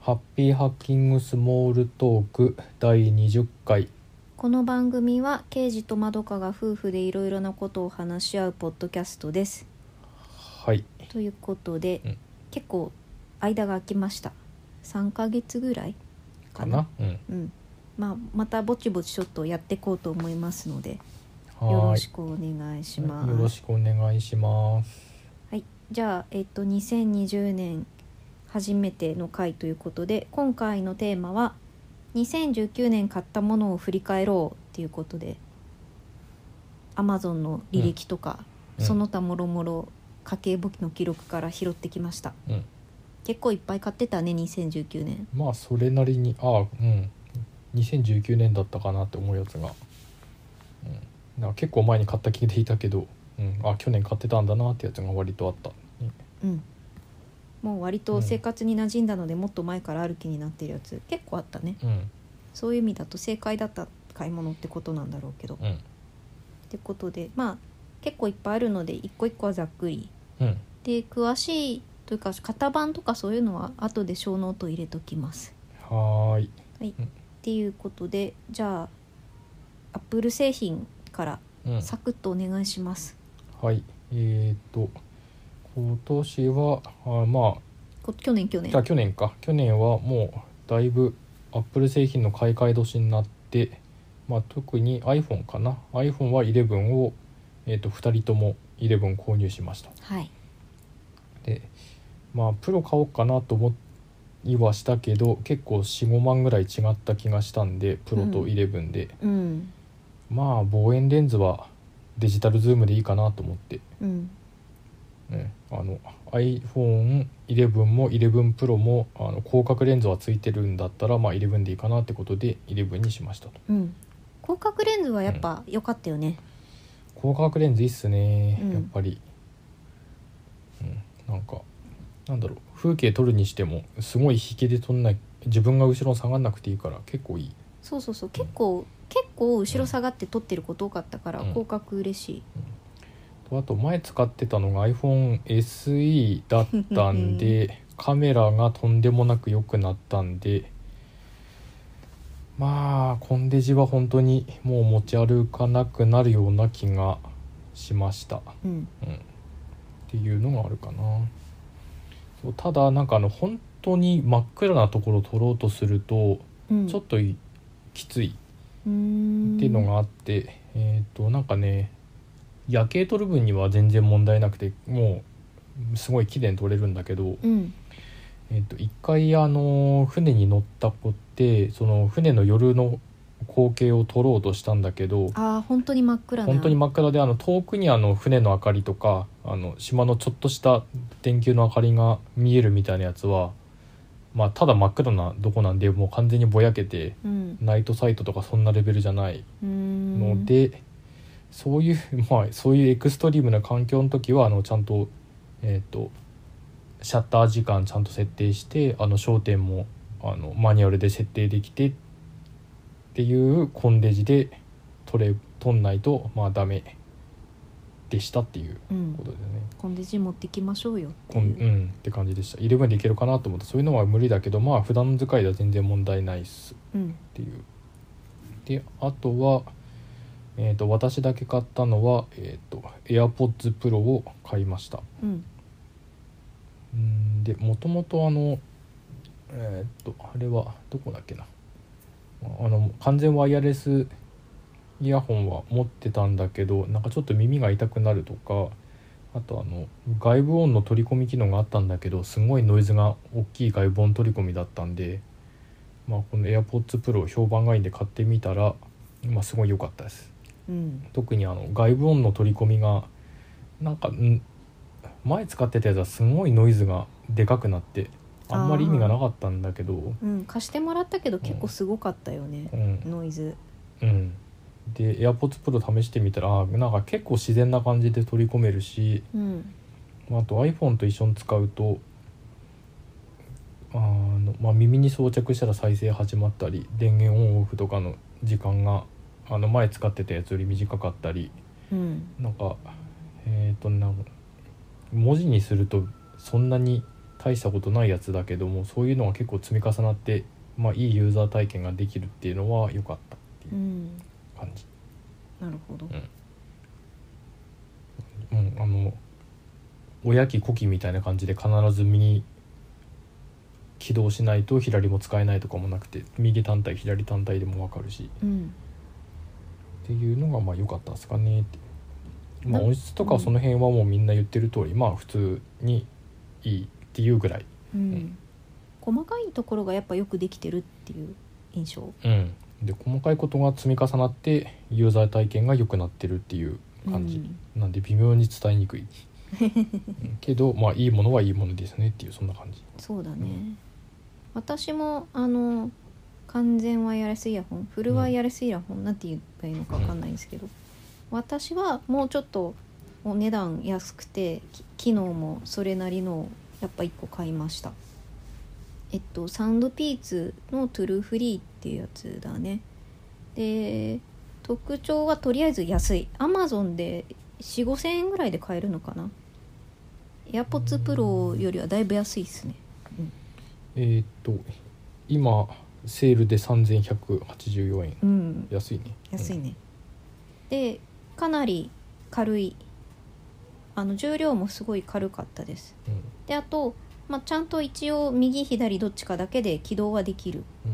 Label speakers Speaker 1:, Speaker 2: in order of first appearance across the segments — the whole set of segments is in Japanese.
Speaker 1: ハッピーハッキングスモールトーク第20回
Speaker 2: この番組は刑事と窓かが夫婦でいろいろなことを話し合うポッドキャストです
Speaker 1: はい
Speaker 2: ということで、
Speaker 1: うん
Speaker 2: 結構間が空きました3ヶ月ぐらい
Speaker 1: かなうん
Speaker 2: うんまあ、またぼちぼちちょっとやっていこうと思いますのでよ
Speaker 1: は
Speaker 2: ろ
Speaker 1: ー
Speaker 2: しくお願いしま
Speaker 1: いよろ
Speaker 2: す
Speaker 1: しくお願いします
Speaker 2: はい、じゃあ、えっと、2020年初めての回ということで今回のテーマは「2019年買ったものを振り返ろう」っていうことで Amazon の履歴とか、
Speaker 1: うん
Speaker 2: その他もろもろ家計簿記の記録から拾ってきました
Speaker 1: うん
Speaker 2: 結構いっぱい買ってたね2019年
Speaker 1: まあそれなりにああうん2019年だったかなって思うやつが、うん、なんか結構前に買った気でいたけど、うん、あ去年買ってたんだなってやつが割とあった、
Speaker 2: うんもう割
Speaker 1: う
Speaker 2: と
Speaker 1: ん
Speaker 2: 生活に馴染んだので、もっと前からある気になってるやつ結構あったね
Speaker 1: うん
Speaker 2: そういう意味だと正解だった買い物ってことなんだろうけど
Speaker 1: うん
Speaker 2: ってことでまあ結構いっぱいあるので一個一個はざっくり
Speaker 1: うん
Speaker 2: で詳しいというか型番とかそういうのは後で小ノート入れときます。
Speaker 1: はーい
Speaker 2: はい
Speaker 1: うん
Speaker 2: っていうことでじゃあアップル製品から
Speaker 1: うん
Speaker 2: サクッとお願いします。
Speaker 1: はいえっ、と今年はあまあ
Speaker 2: こ去年去年
Speaker 1: じゃあ去年か去年はもうだいぶアップル製品の買い替え年になって、まあ、特に iPhone かな iPhone は11を、えー、と2人とも11購入しました
Speaker 2: はい
Speaker 1: でまあプロ買おうかなと思いはしたけど結構45万ぐらい違った気がしたんでプロと11で、
Speaker 2: うん
Speaker 1: まあ望遠レンズはデジタルズームでいいかなと思って、
Speaker 2: うん
Speaker 1: ね、あの iPhone11 も 11Pro もあの広角レンズはついてるんだったら、まあ、11でいいかなってことで11にしましたと
Speaker 2: うん広角レンズはやっぱ良かったよね。
Speaker 1: 広角レンズいいっすね、
Speaker 2: うん
Speaker 1: やっぱり、うん、なんかなんだろう風景撮るにしてもすごい引きで撮んない自分が後ろに下がんなくていいから結構いい
Speaker 2: そうそうそう結構結構後ろ下がって撮ってること多かったから、
Speaker 1: うん
Speaker 2: 広角嬉しい。
Speaker 1: とあと前使ってたのが iPhoneSE だったんでカメラがとんでもなく良くなったんでまあコンデジは本当にもう持ち歩かなくなるような気がしました、
Speaker 2: うん
Speaker 1: うん、っていうのがあるかなそうただなんかあの本当に真っ暗なところを撮ろうとすると
Speaker 2: うん、
Speaker 1: ちょっといきつい
Speaker 2: うーん
Speaker 1: っていうのがあって、えっ、となんかね夜景撮る分には全然問題なくてもうすごい綺麗に撮れるんだけど、
Speaker 2: うん
Speaker 1: えっと一回あの船に乗った子ってその船の夜の光景を撮ろうとしたんだけど
Speaker 2: ああ本当に真っ暗な
Speaker 1: 本当に真っ暗であの遠くにあの船の明かりとかあの島のちょっとした電球の明かりが見えるみたいなやつは、まあ、ただ真っ暗などこなんでもう完全にぼやけて
Speaker 2: うん
Speaker 1: ナイトサイトとかそんなレベルじゃないう
Speaker 2: ーん
Speaker 1: ので、そういう まあそういうエクストリームな環境の時はあのちゃんとえっ、とシャッター時間ちゃんと設定してあの焦点もあのマニュアルで設定できてっていうコンデジで撮れ撮んないとまあダメでしたっていう
Speaker 2: う
Speaker 1: こ
Speaker 2: ん、
Speaker 1: とでね。
Speaker 2: コンデジ持ってきましょうよって
Speaker 1: こん
Speaker 2: いう
Speaker 1: う、ん、って感じでした11でいけるかなと思ってそういうのは無理だけどまあ普段の使いでは全然問題ないっす
Speaker 2: うん
Speaker 1: っていうであとは、えー、と私だけ買ったのは、えー、と AirPods Pro を買いました
Speaker 2: うん
Speaker 1: うんでもともとあのえっ、とあれはどこだっけなあの完全ワイヤレスイヤホンは持ってたんだけどなんかちょっと耳が痛くなるとかあとあの外部音の取り込み機能があったんだけどすごいノイズが大きい外部音取り込みだったんで、まあ、この AirPods Pro 評判がいいんで買ってみたら、まあ、すごい良かったです。
Speaker 2: うん
Speaker 1: 特にあの外部音の取り込みがなんかん前使ってたやつはすごいノイズがでかくなってあんまり意味がなかったんだけど
Speaker 2: うん貸してもらったけど結構すごかったよね
Speaker 1: う、ん、
Speaker 2: ノイズ
Speaker 1: うん、で AirPods Pro 試してみたらあなんか結構自然な感じで取り込めるし
Speaker 2: うん
Speaker 1: まああと iPhone と一緒に使うとあの、まあ、耳に装着したら再生始まったり電源オンオフとかの時間があの前使ってたやつより短かったり
Speaker 2: うん
Speaker 1: なんかえっ、となん文字にするとそんなに大したことないやつだけどもそういうのが結構積み重なって、まあ、いいユーザー体験ができるっていうのは良かったって
Speaker 2: う
Speaker 1: いうん感じ。
Speaker 2: なるほど
Speaker 1: うん、あの親機子機みたいな感じで必ず右起動しないと左も使えないとかもなくて右単体左単体でも分かるし
Speaker 2: うん
Speaker 1: っていうのがまあ良かったですかねって。まあ、
Speaker 2: な
Speaker 1: 音質とかはその辺はもうみんな言ってる通り、まあ普通にいいっていうぐらい、
Speaker 2: うん細かいところがやっぱよくできてるっていう印象
Speaker 1: うん、で細かいことが積み重なってユーザー体験が良くなってるっていう感じ、なんで微妙に伝えに くいうんけどまあいいものはいいものですねっていうそんな感じ
Speaker 2: そうだね、
Speaker 1: うん
Speaker 2: 私もあの完全ワイヤレスイヤホンフルワイヤレスイヤホン、なんて言えばいいのかわかんないんですけど、私はもうちょっとお値段安くてき機能もそれなりのやっぱ1個買いましたえっとサウンドピーツのトゥルーフリーっていうやつだねで特徴はとりあえず安いアマゾンで4 5千円ぐらいで買えるのかな AirPods Pro よりはだいぶ安いですね
Speaker 1: えーっと今セールで3184円
Speaker 2: うん
Speaker 1: 安いね
Speaker 2: 安いね、でかなり軽いあの重量もすごい軽かったです
Speaker 1: うん
Speaker 2: であと、まあ、ちゃんと一応右左どっちかだけで起動はできる
Speaker 1: うん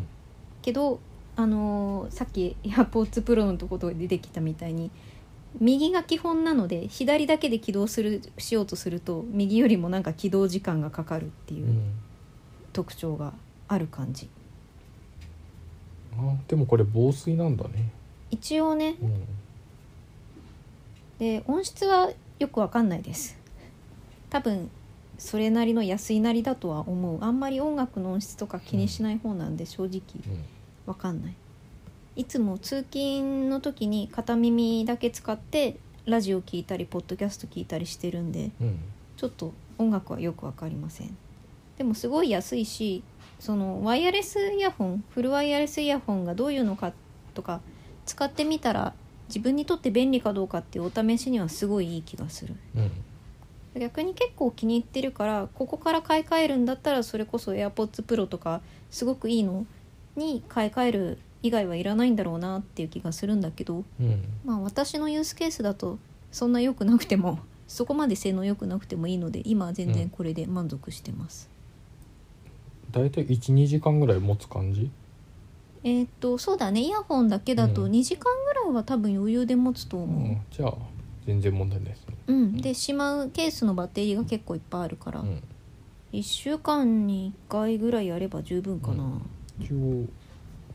Speaker 2: けど、あのーさっき AirPods Pro のところで出てきたみたいに右が基本なので左だけで起動するしようとすると右よりもなんか起動時間がかかるっていううん特徴がある感じ、
Speaker 1: あでもこれ防水なんだね、
Speaker 2: 一応ね
Speaker 1: うん、
Speaker 2: で音質はよくわかんないです多分それなりの安いなりだとは思うあんまり音楽の音質とか気にしない方なんで正直
Speaker 1: うん
Speaker 2: わかんないいつも通勤の時に片耳だけ使ってラジオ聞いたりポッドキャスト聞いたりしてるんで
Speaker 1: うん
Speaker 2: ちょっと音楽はよくわかりませんでもすごい安いしそのワイヤレスイヤホンフルワイヤレスイヤホンがどういうのかとか使ってみたら自分にとって便利かどうかっていうお試しにはすごいいい気がする
Speaker 1: うん
Speaker 2: 逆に結構気に入ってるからここから買い替えるんだったらそれこそ AirPods Pro とかすごくいいのに買い替える以外はいらないんだろうなっていう気がするんだけど
Speaker 1: うん
Speaker 2: まあ私のユースケースだとそんな良くなくても そこまで性能良くなくてもいいので今は全
Speaker 1: うん
Speaker 2: 然これで満足してます、
Speaker 1: 大体12時間ぐらい持つ感じ
Speaker 2: えーっとそうだねイヤホンだけだ
Speaker 1: う
Speaker 2: と
Speaker 1: ん
Speaker 2: 2時間ぐらいは多分余裕で持つと
Speaker 1: う
Speaker 2: 思う、
Speaker 1: じゃあ全然問題ないですね
Speaker 2: うんでしまうケースのバッテリーが結構いっぱいあるから、
Speaker 1: うん
Speaker 2: 1週間に1回ぐらいやれば十分かな、
Speaker 1: うん一応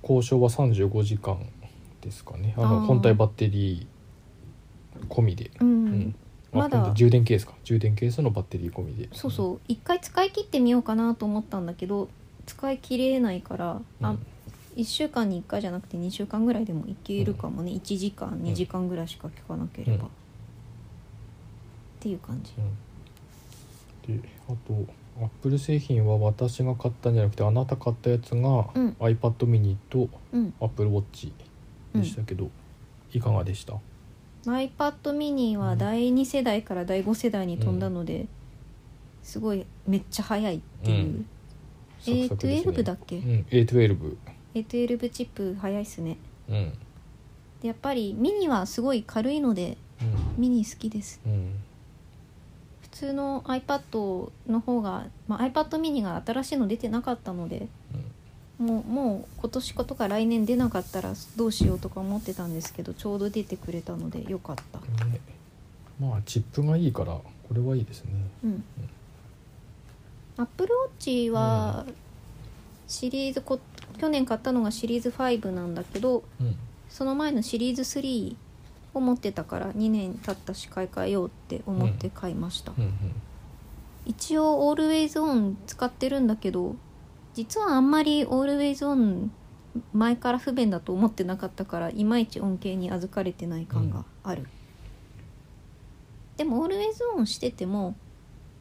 Speaker 1: 交渉は35時間ですかねあ
Speaker 2: あ
Speaker 1: の
Speaker 2: ー
Speaker 1: 本体バッテリー込みで、
Speaker 2: うん
Speaker 1: うんあ
Speaker 2: まだ
Speaker 1: 今度充電ケースか充電ケースのバッテリー込みで
Speaker 2: そうそう一回使い切ってみようかなと思ったんだけど使い切れないから、
Speaker 1: うん
Speaker 2: あ1週間に1回じゃなくて2週間ぐらいでもいけるかもね、1時間2時間ぐらいしか聞かなければ、
Speaker 1: うん
Speaker 2: っていう感じ
Speaker 1: うん、であとアップル製品は私が買ったんじゃなくてあなた買ったやつが、
Speaker 2: うん
Speaker 1: iPad mini と
Speaker 2: うん、
Speaker 1: Apple Watch
Speaker 2: うん
Speaker 1: でしたけど、いかがでした、
Speaker 2: iPad mini は第2世代から第5世代に飛んだので、すごいめっちゃ早いっていう、
Speaker 1: うんサクサクですね
Speaker 2: A12 だっけ、
Speaker 1: うん A12
Speaker 2: A12 チップ早いっすね
Speaker 1: うんうん
Speaker 2: でやっぱりミニはすごい軽いのでミニ好きです
Speaker 1: うん
Speaker 2: 普通の iPad の方が、まあ、iPad mini が新しいの出てなかったのでもうもう今年ことか来年出なかったらどうしようとか思ってたんですけどちょうど出てくれたのでよかった、
Speaker 1: ねまあチップがいいからこれはいいですね
Speaker 2: うん、AppleWatch はシリーズこ去年買ったのがシリーズ5なんだけど
Speaker 1: うん
Speaker 2: その前のシリーズ3を持ってたから2年経ったし買い替えようって思って買いました、
Speaker 1: うん
Speaker 2: 一応オールウェイズオン使ってるんだけど実はあんまりオールウェイズオン前から不便だと思ってなかったからいまいち恩恵に預かれてない感がある、でもオールウェイズオンしてても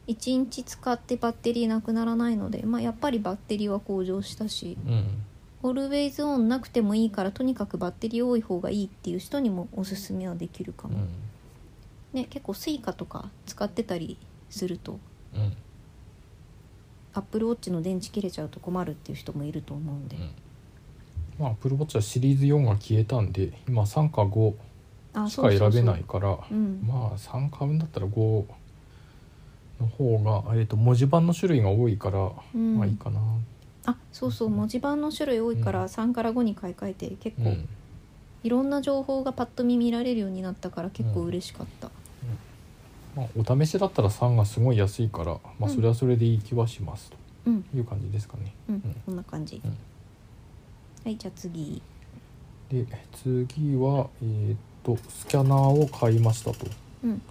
Speaker 2: 1日使ってバッテリーなくならないので、まあ、やっぱりバッテリーは向上したし
Speaker 1: うんうん
Speaker 2: オールウェイズオンなくてもいいからとにかくバッテリー多い方がいいっていう人にもおすすめはできるか
Speaker 1: う
Speaker 2: も、
Speaker 1: ん
Speaker 2: ね結構スイカとか使ってたりすると
Speaker 1: うん
Speaker 2: Apple Watch の電池切れちゃうと困るっていう人もいると思うんで、
Speaker 1: うんまあ Apple Watch はシリーズ4が消えたんで今3か5
Speaker 2: あ
Speaker 1: しか選べないから
Speaker 2: うん
Speaker 1: まあ3買うんだったら5の方が、えー、と文字盤の種類が多いから、
Speaker 2: うん
Speaker 1: まあいいかな、
Speaker 2: あそうそう文字盤の種類多いから3から5に買い替えて結
Speaker 1: う
Speaker 2: 構
Speaker 1: ん
Speaker 2: いろんな情報がパッと見見られるようになったから結構嬉しかった、
Speaker 1: まあ、お試しだったら3がすごい安いから、まあ、それはそれでいい気はします
Speaker 2: うん、
Speaker 1: という感じですかね。
Speaker 2: うん
Speaker 1: ん
Speaker 2: こんな感じ、
Speaker 1: うん
Speaker 2: はいじゃあ次
Speaker 1: で次は、えー、とスキャナーを買いましたと。
Speaker 2: うん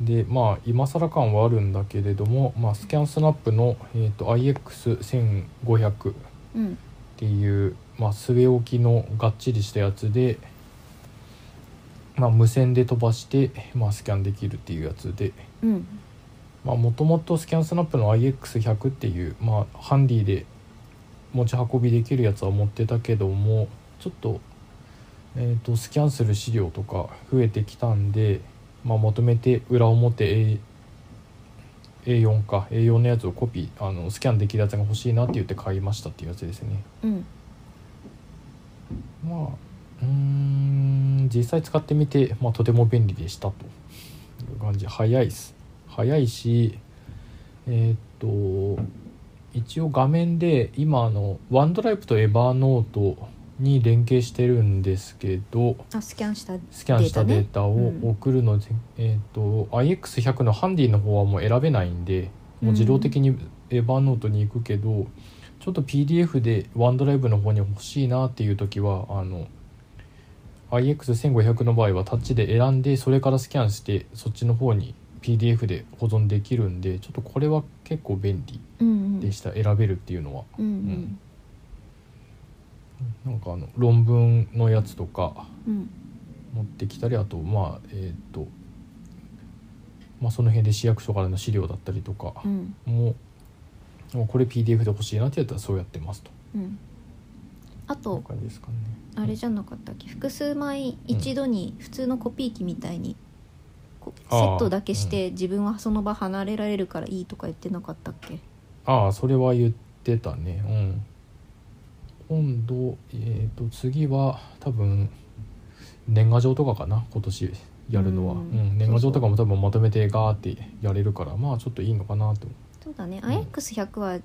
Speaker 1: でまあ今更感はあるんだけれども、まあ、スキャンスナップの、えー、と IX1500 っ
Speaker 2: うん
Speaker 1: ていう、まあ、据え置きのがっちりしたやつで、まあ、無線で飛ばして、まあ、スキャンできるっていうやつで。
Speaker 2: うん
Speaker 1: もともとスキャンスナップの IX100 っていう、まあ、ハンディで持ち運びできるやつは持ってたけどもちょっと,、えー、とスキャンする資料とか増えてきたんで、まあ、まとめて裏表 A A4 か A4 のやつをコピーあのスキャンできるやつが欲しいなって言って買いましたっていうやつですね。
Speaker 2: うん
Speaker 1: まあうーん実際使ってみて、まあ、とても便利でしたという感じ早いっす早いしえーっと一応画面で今あのワンドライブとエバーノートに連携してるんですけど
Speaker 2: あスキャンした
Speaker 1: スキャンした
Speaker 2: デ
Speaker 1: デ
Speaker 2: ータ
Speaker 1: ー
Speaker 2: ね
Speaker 1: タを
Speaker 2: うん
Speaker 1: 送るので、えーっと IX100 のハンディの方はもう選べないんでもう自動的にエバーノートに行くけど、ちょっと PDF でワンドライブの方に欲しいなっていう時はあの IX1500 の場合はタッチで選んでそれからスキャンしてそっちの方に PDF で保存できるんでちょっとこれは結構便利
Speaker 2: うんうん
Speaker 1: でした、選べるっていうのは
Speaker 2: うんうん
Speaker 1: なんかあの論文のやつとか
Speaker 2: うん
Speaker 1: 持ってきたりあとまあえっ、とまあその辺で市役所からの資料だったりとか
Speaker 2: うん
Speaker 1: もうもうこれ PDF で欲しいなってやったらそうやってますと
Speaker 2: うんあ
Speaker 1: いう
Speaker 2: と
Speaker 1: 感じですかね
Speaker 2: あれじゃなかったっけ複数枚一度に普通のコピー機みたいにこセ
Speaker 1: あー
Speaker 2: ットだけして自分はその場離れられるからいいとか言ってなかったっけ
Speaker 1: ああそれは言ってたねうん今度えっ、と次は多分年賀状とかかな今年やるのは、
Speaker 2: う
Speaker 1: うんん年賀状とかも多分まとめてガーってやれるからまあちょっといいのかなと
Speaker 2: そうだね
Speaker 1: うん
Speaker 2: IX100 は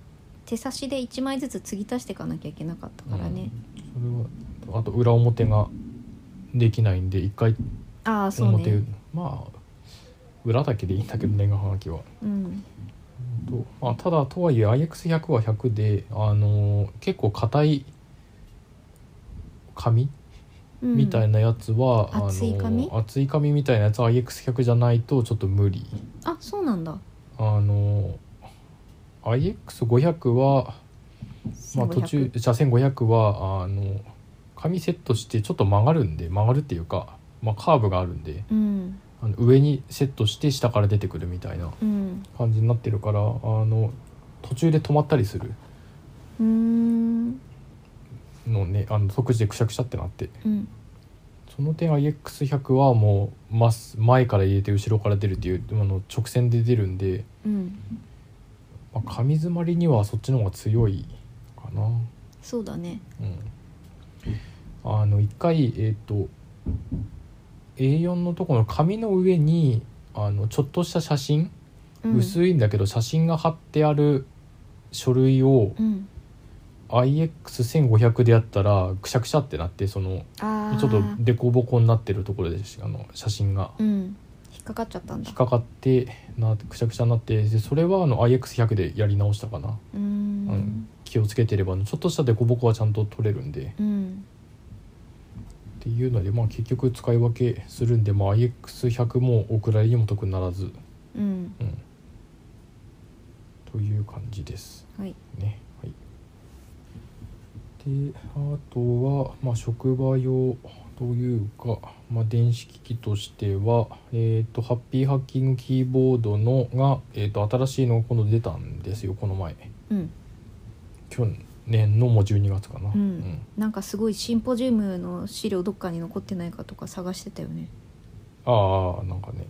Speaker 2: 手差しで1枚ずつ継ぎ足していかなきゃいけなかったからね、
Speaker 1: それはあと裏表ができないんで一回
Speaker 2: ああそう
Speaker 1: 表、
Speaker 2: ね
Speaker 1: まあ裏だけでいいんだけど年賀はがきは。
Speaker 2: うん
Speaker 1: とまあ、ただとはいえ IX100 は100で、あのー結構硬い紙
Speaker 2: うん
Speaker 1: みたいなやつは、あのー
Speaker 2: 厚い紙
Speaker 1: 厚い紙みたいなやつは IX100 じゃないとちょっと無理。
Speaker 2: あそうなんだ
Speaker 1: あのー IX500 は、まあ、
Speaker 2: 1500
Speaker 1: 途中車線500はあの紙セットしてちょっと曲がるんで曲がるっていうか、まあ、カーブがあるんで
Speaker 2: うん
Speaker 1: あの上にセットして下から出てくるみたいな
Speaker 2: うん
Speaker 1: 感じになってるからあの途中で止まったりする
Speaker 2: うーん
Speaker 1: のねあの即時でくしゃくしゃってなって
Speaker 2: うん
Speaker 1: その点 IX100 はもうまっす前から入れて後ろから出るっていうあの直線で出るんで、
Speaker 2: うん
Speaker 1: まあ、紙詰まりにはそっちの方が強いかな。
Speaker 2: そうだね
Speaker 1: うん、あの一回えっ、と A4 のところの紙の上にあのちょっとした写真、
Speaker 2: うん
Speaker 1: 薄いんだけど写真が貼ってある書類を
Speaker 2: うん
Speaker 1: IX1500 でやったらくしゃくしゃってなってその
Speaker 2: ああ
Speaker 1: ちょっと凸凹になってるところでしあの写真が
Speaker 2: うん引っかかっちゃったんだ
Speaker 1: 引っかかってなくしゃくしゃになってでそれはあの IX100 でやり直したかな
Speaker 2: うーん
Speaker 1: 気をつけてればあのちょっとした凸凹はちゃんと取れるんで。
Speaker 2: うん
Speaker 1: っていうので、まあ、結局使い分けするんで、まあ、IX100 もお蔵入りにも得にならず、
Speaker 2: うん
Speaker 1: うん、という感じです
Speaker 2: はい
Speaker 1: ね。はい、であとは、まあ、職場用というか、まあ、電子機器としては、えー、とハッピーハッキングキーボードのが、えー、と新しいのが今度出たんですよこの前
Speaker 2: うん
Speaker 1: 去年のもう12月かな。
Speaker 2: うんなんかすごいシンポジウムの資料どっかに残ってないかとか探してたよね
Speaker 1: ああなんかね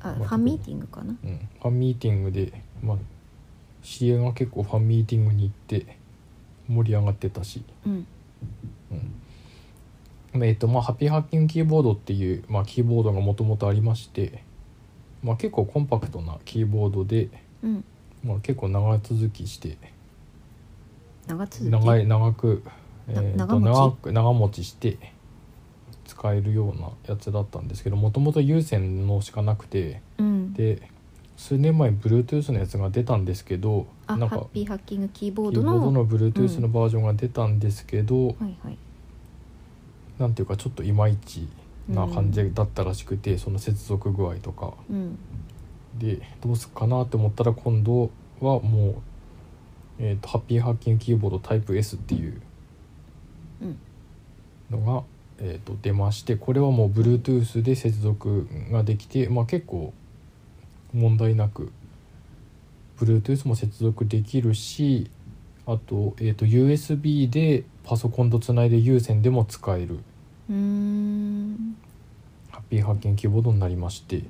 Speaker 2: あ
Speaker 1: まあ
Speaker 2: ファンミーティングかな
Speaker 1: うん、ファンミーティングで、まあ、知り合いが結構ファンミーティングに行って盛り上がってたし、
Speaker 2: うん
Speaker 1: うんえっとまあ、ハッピーハッキングキーボードっていう、まあ、キーボードがもともとありまして、まあ、結構コンパクトなキーボードで、
Speaker 2: うん
Speaker 1: まあ、結構長続きして
Speaker 2: 長続き
Speaker 1: 長い長く、え
Speaker 2: な
Speaker 1: ー
Speaker 2: 長
Speaker 1: と
Speaker 2: 持ち
Speaker 1: 長く長持ちして使えるようなやつだったんですけどもともと有線のしかなくて
Speaker 2: うん
Speaker 1: で数年前 Bluetooth のやつが出たんですけど
Speaker 2: あ
Speaker 1: なん
Speaker 2: ハッ
Speaker 1: か
Speaker 2: ピーハッキングキーボー
Speaker 1: キ
Speaker 2: ド
Speaker 1: ーボ
Speaker 2: の
Speaker 1: ードの Bluetooth のバージョンが出たんですけど、
Speaker 2: はいはい
Speaker 1: なんていうかちょっといまいちな感じだったらしくて、その接続具合とか
Speaker 2: うん
Speaker 1: でどうすっかなって思ったら今度はもう、えー、とハッピーハッキングキーボードタイプ S っていう
Speaker 2: うん
Speaker 1: のが、えー、と出ましてこれはもう Bluetooth で接続ができて、まあ、結構問題なく Bluetooth も接続できるしあと,、えー、と USB でパソコンとつないで有線でも使える
Speaker 2: うーん
Speaker 1: ハッピーハッキングキーボードになりまして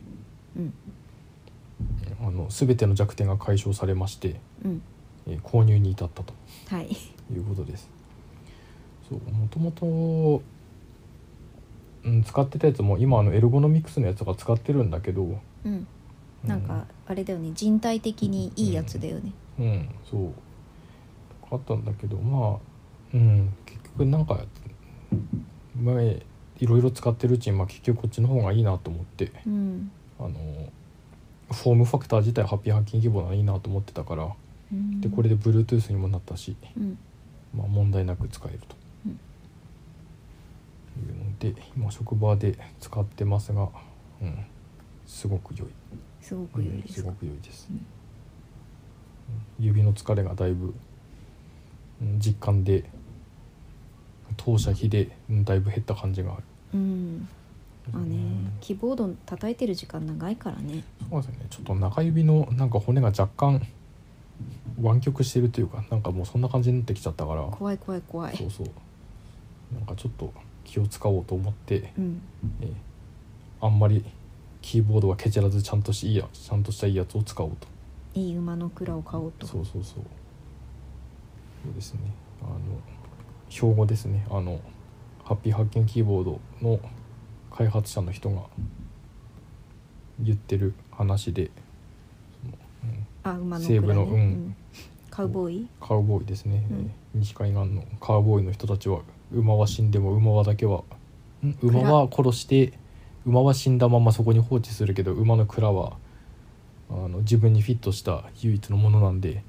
Speaker 2: うん
Speaker 1: あの全ての弱点が解消されまして、
Speaker 2: うん
Speaker 1: えー購入に至ったと
Speaker 2: はい
Speaker 1: いうことですそうもともと、うん、使ってたやつも今あのエルゴノミクスのやつが使ってるんだけど
Speaker 2: うんなんかあれだよね人体的にいいやつだよね
Speaker 1: うん、うんそうとかあったんだけどまあうん結局なんか前いろいろ使ってるうちに、まあ、結局こっちの方がいいなと思って
Speaker 2: うん
Speaker 1: あのフォームファクター自体ハッピーハッキング規模がいいなと思ってたから
Speaker 2: うん
Speaker 1: でこれで Bluetooth にもなったし、
Speaker 2: うん
Speaker 1: まあ、問題なく使えると、
Speaker 2: うん
Speaker 1: いうので今職場で使ってますが、うん、すごく良い
Speaker 2: すごく良い
Speaker 1: うん
Speaker 2: ですす
Speaker 1: ご
Speaker 2: か
Speaker 1: く良いです、
Speaker 2: うん
Speaker 1: 指の疲れがだいぶうん実感で投射比でうんだいぶ減った感じがある
Speaker 2: うんまあ
Speaker 1: う
Speaker 2: ね
Speaker 1: ん
Speaker 2: キーボード叩いてる時間長いからね
Speaker 1: そうですねちょっと中指のなんか骨が若干湾曲してるというかなんかもうそんな感じになってきちゃったから
Speaker 2: 怖い怖い怖
Speaker 1: そ
Speaker 2: いう
Speaker 1: そうなんかちょっと気を使おうと思って、
Speaker 2: うん
Speaker 1: えーあんまりキーボードはケチらずちゃんとしいいやちゃんとしたいいやつを使おうと
Speaker 2: いい馬の蔵を買おうと
Speaker 1: そうそうそうそうですねあの標語ですねあのハッピーハッキングキーボードの開発者の人が言ってる話でその、うん
Speaker 2: あ馬の
Speaker 1: 西部
Speaker 2: 蔵
Speaker 1: の
Speaker 2: ね
Speaker 1: うん
Speaker 2: カウボーイ
Speaker 1: カウボーイですね、
Speaker 2: うん
Speaker 1: 西海岸のカウボーイの人たちは馬は死んでも馬はだけはん馬は殺して馬は死んだままそこに放置するけど馬の蔵はあの自分にフィットした唯一のものなんで、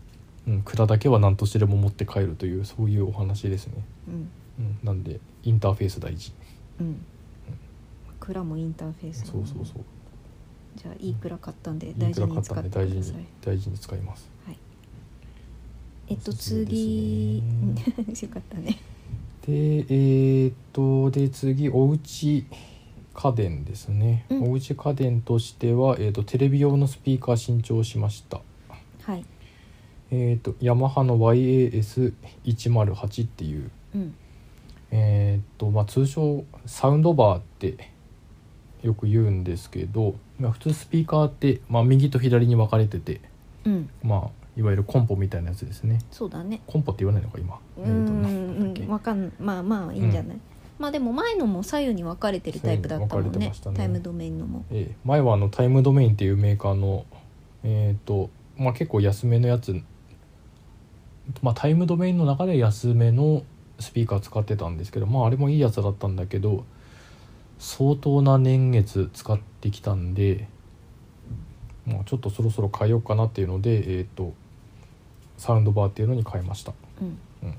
Speaker 1: うん、蔵だけは何としてでも持って帰るというそういうお話ですね、
Speaker 2: うん
Speaker 1: うん、なんでインターフェース大事
Speaker 2: うん蔵もインターフェースだ
Speaker 1: そ
Speaker 2: もん
Speaker 1: う
Speaker 2: ね
Speaker 1: そうそう
Speaker 2: じゃあいい蔵買ったんで
Speaker 1: い
Speaker 2: 大
Speaker 1: い
Speaker 2: 事
Speaker 1: 蔵買
Speaker 2: に
Speaker 1: っ
Speaker 2: 使
Speaker 1: た
Speaker 2: っ
Speaker 1: んで
Speaker 2: てくだ
Speaker 1: 大事
Speaker 2: さい
Speaker 1: に大事に使います
Speaker 2: はいえっと
Speaker 1: おすすめです
Speaker 2: 次
Speaker 1: ね
Speaker 2: うん よかったね
Speaker 1: でえーっとで次おうち家電ですね、
Speaker 2: うん
Speaker 1: おうち家電としては、えーっとテレビ用のスピーカー新調しました
Speaker 2: はい
Speaker 1: えーっとヤマハの YAS108 っていう
Speaker 2: うん
Speaker 1: えーっとまあ通称サウンドバーってよく言うんですけど、まあ、普通スピーカーって、まあ、右と左に分かれてて
Speaker 2: うん
Speaker 1: まあいわゆるコンポみたいなやつですね
Speaker 2: そうだね
Speaker 1: コンポって言わないのか今
Speaker 2: う
Speaker 1: えーっと
Speaker 2: ん
Speaker 1: なんだっけ
Speaker 2: うんわかんまあまあいいんじゃないまあでも前のも左右に分かれてるタイプだったも
Speaker 1: 左右に
Speaker 2: ん
Speaker 1: 分かれて
Speaker 2: ね
Speaker 1: ましたね
Speaker 2: タイムドメインのも
Speaker 1: えー前はあのタイムドメインっていうメーカーのえっ、とまあ結構安めのやつまあタイムドメインの中で安めのスピーカー使ってたんですけどまああれもいいやつだったんだけど相当な年月使ってきたんで、まあ、ちょっとそろそろ変えようかなっていうのでえっ、とサウンドバーっていうのに変えました
Speaker 2: うん
Speaker 1: うん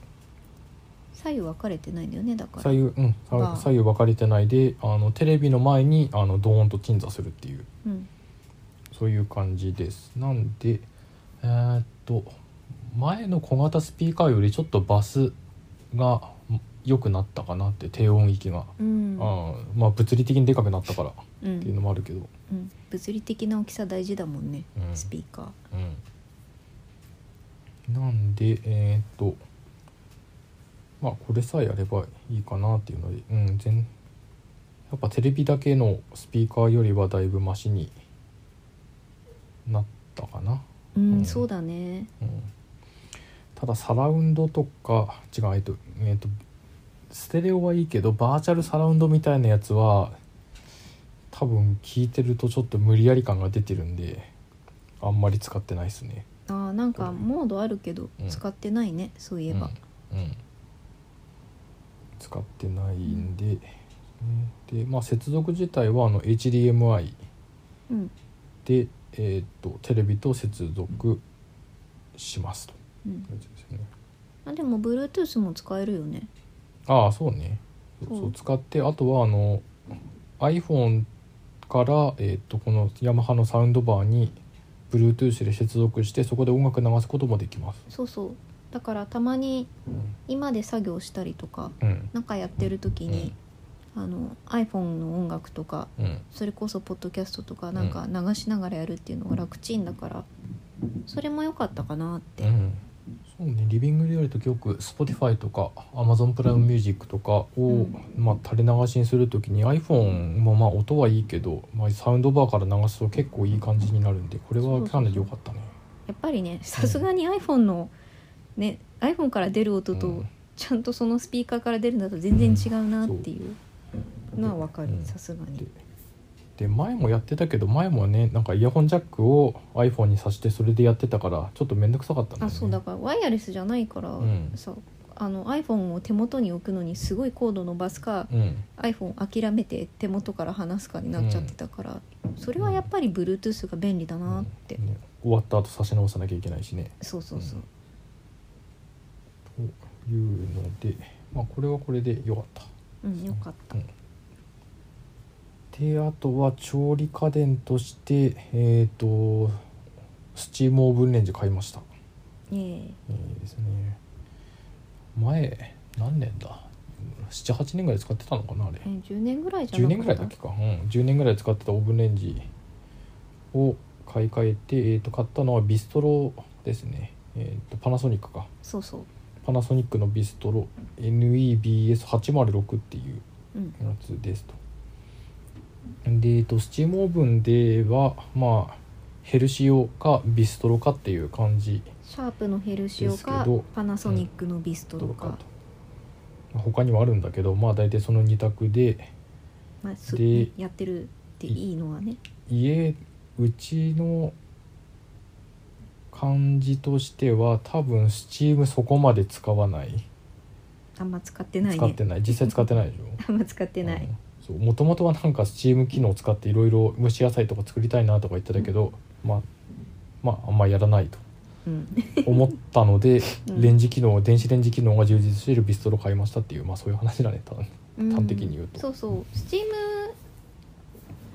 Speaker 2: 左右分かれてないんだよねだから
Speaker 1: 左右うん
Speaker 2: バー
Speaker 1: 左右分かれてないであのテレビの前にあのドーンと鎮座するっていう
Speaker 2: うん
Speaker 1: そういう感じですなんでえーっと前の小型スピーカーよりちょっとバスがん良くなったかなって低音域が、
Speaker 2: うん
Speaker 1: あーまあ物理的にでかくなったからっ
Speaker 2: う
Speaker 1: ていうんのもあるけど、
Speaker 2: うん物理的な大きさ大事だもんね
Speaker 1: うん
Speaker 2: スピーカ
Speaker 1: うん、なんでえーっとまあこれさえやればいいかなっていうので、うん、全やっぱテレビだけのスピーカーよりはだいぶマシになったかな、
Speaker 2: ーうん、
Speaker 1: うん
Speaker 2: そうだね
Speaker 1: うんただサラウンドとか違うえっと、えっと、ステレオはいいけどバーチャルサラウンドみたいなやつは多分聞いてるとちょっと無理やり感が出てるんであんまり使ってないですね。
Speaker 2: あーなんかモードあるけど
Speaker 1: うん
Speaker 2: 使ってないね、そういえば、
Speaker 1: うんうん使ってないんで、でまあ接続自体はあの HDMI
Speaker 2: うん
Speaker 1: で、えっとテレビと接続しますと
Speaker 2: うん
Speaker 1: いうやつですね。
Speaker 2: あでも Bluetooth も使えるよね
Speaker 1: ああそうねそう
Speaker 2: そう
Speaker 1: そう使ってあとはあの iPhone から、えー、とこのヤマハのサウンドバーに Bluetooth で接続してそこで音楽流すこともできます
Speaker 2: そうそうだからたまに
Speaker 1: うん、
Speaker 2: 今で作業したりとか
Speaker 1: うん
Speaker 2: なんかやってる時に、あの iPhone の音楽とかそれこそポッドキャストとかなんか流しながらやるっていうのが楽ちんだからそれも良かったかなって、
Speaker 1: うんそうねリビングでやるときよく Spotify とか Amazon プライムミュージックとかを、
Speaker 2: うん
Speaker 1: まあ、垂れ流しにするときに iPhone もまあ音はいいけど、まあ、サウンドバーから流すと結構いい感じになるんでこれはかなり良かったね。
Speaker 2: やっぱりねさすがに iPhone のね iPhone から出る音
Speaker 1: う
Speaker 2: と
Speaker 1: ん
Speaker 2: ちゃんとそのスピーカーから出るのと全然違うなっていうのはわかる
Speaker 1: うん
Speaker 2: さすが
Speaker 1: で
Speaker 2: に
Speaker 1: で前もやってたけど前もねなんかイヤホンジャックを iPhone に挿してそれでやってたからちょっと面倒くさかったんだよ
Speaker 2: あ
Speaker 1: ね
Speaker 2: そうだからワイヤレスじゃないから
Speaker 1: ん
Speaker 2: さあの iPhone を手元に置くのにすごい高度伸ばすか
Speaker 1: うん
Speaker 2: iPhone 諦めて手元から離すかになっちゃってたからそれはやっぱり Bluetooth が便利だなって
Speaker 1: ね終わった後差し直さなきゃいけないしね
Speaker 2: そうそうそう
Speaker 1: というのでまあこれはこれでよかった
Speaker 2: うんよかった
Speaker 1: であとは調理家電としてえっ、とスチームオーブンレンジ買いました
Speaker 2: ええ
Speaker 1: いいですね前何年だ78年ぐらい使ってたのかなあれ
Speaker 2: え10年ぐらいじゃ
Speaker 1: 10
Speaker 2: な
Speaker 1: 年ぐ
Speaker 2: からっ
Speaker 1: いだっ
Speaker 2: た
Speaker 1: けか、うん、10年ぐらい使ってたオーブンレンジを買い替えて、えー、と買ったのはビストロですね、えー、とパナソニックか
Speaker 2: そうそう
Speaker 1: パナソニックのビストロ NEBS806 っていう
Speaker 2: うん
Speaker 1: やつですとで、えー、とスチームオーブンではまあヘルシオかビストロかっていう感じ
Speaker 2: シャープのヘルシオ
Speaker 1: です
Speaker 2: か
Speaker 1: けど
Speaker 2: パナソニックのビストロ
Speaker 1: と
Speaker 2: か
Speaker 1: か、と他にもあるんだけどまあ大体その2択で
Speaker 2: まあ、す
Speaker 1: で
Speaker 2: やってるっていいのはね
Speaker 1: 家うちの感じとしては多分スチームそこまで使わない
Speaker 2: あんま使ってないね
Speaker 1: 使ってない実際使ってないでしょ
Speaker 2: あんま使ってない、
Speaker 1: うん、もともとはなんかスチーム機能を使っていろいろ蒸し野菜とか作りたいなとか言ってたけど、まあまああんまやらないと
Speaker 2: うん、
Speaker 1: 思ったので、
Speaker 2: うん
Speaker 1: レンジ機能電子レンジ機能が充実しているビストロ買いましたっていうまあそういう話だねた
Speaker 2: うん
Speaker 1: 端的に言うと
Speaker 2: そうそうスチーム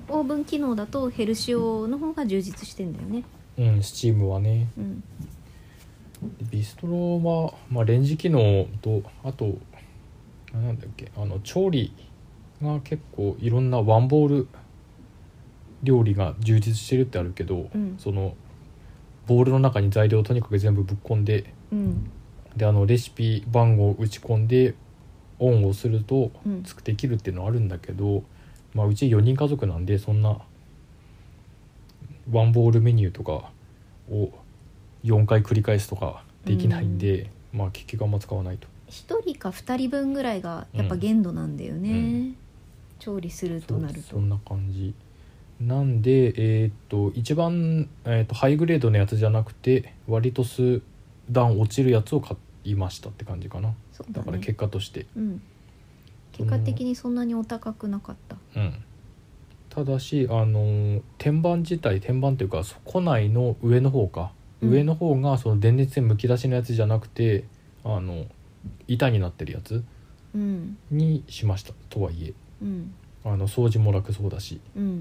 Speaker 2: オーブン機能だとヘルシオの方が充実してんだよね
Speaker 1: うんスチームはね
Speaker 2: うん
Speaker 1: でビストロは、まあ、レンジ機能とあとなんだっけあの調理が結構いろんなワンボール料理が充実してるってあるけど、
Speaker 2: うん
Speaker 1: そのボールの中に材料をとにかく全部ぶっ込んで
Speaker 2: うん
Speaker 1: であのレシピ番号を打ち込んでオンをすると
Speaker 2: うん
Speaker 1: つくできるっていうのはあるんだけど、まあ、うち4人家族なんでそんなワンボールメニューとかを4回繰り返すとかできないんで、まあ結局あんま使わないと。
Speaker 2: 一人か二人分ぐらいがやっぱ限度なんだよね、
Speaker 1: うん
Speaker 2: 調理すると
Speaker 1: そう
Speaker 2: なる
Speaker 1: そ
Speaker 2: と
Speaker 1: んな感じなんでえーっと一番、えーっとハイグレードのやつじゃなくて割と数段落ちるやつを買いましたって感じかな
Speaker 2: そう
Speaker 1: だ
Speaker 2: だ,、ね、
Speaker 1: から結果として
Speaker 2: うん、結果的にそんなにお高くなかった
Speaker 1: うん、ただしあのー天板自体天板というかそ庫内の上の方か、
Speaker 2: うん
Speaker 1: 上の方がその電熱線むき出しのやつじゃなくてあの板になってるやつ
Speaker 2: うん
Speaker 1: にしましたとはいえ
Speaker 2: うん
Speaker 1: あの掃除も楽そうだし、
Speaker 2: うん
Speaker 1: うん、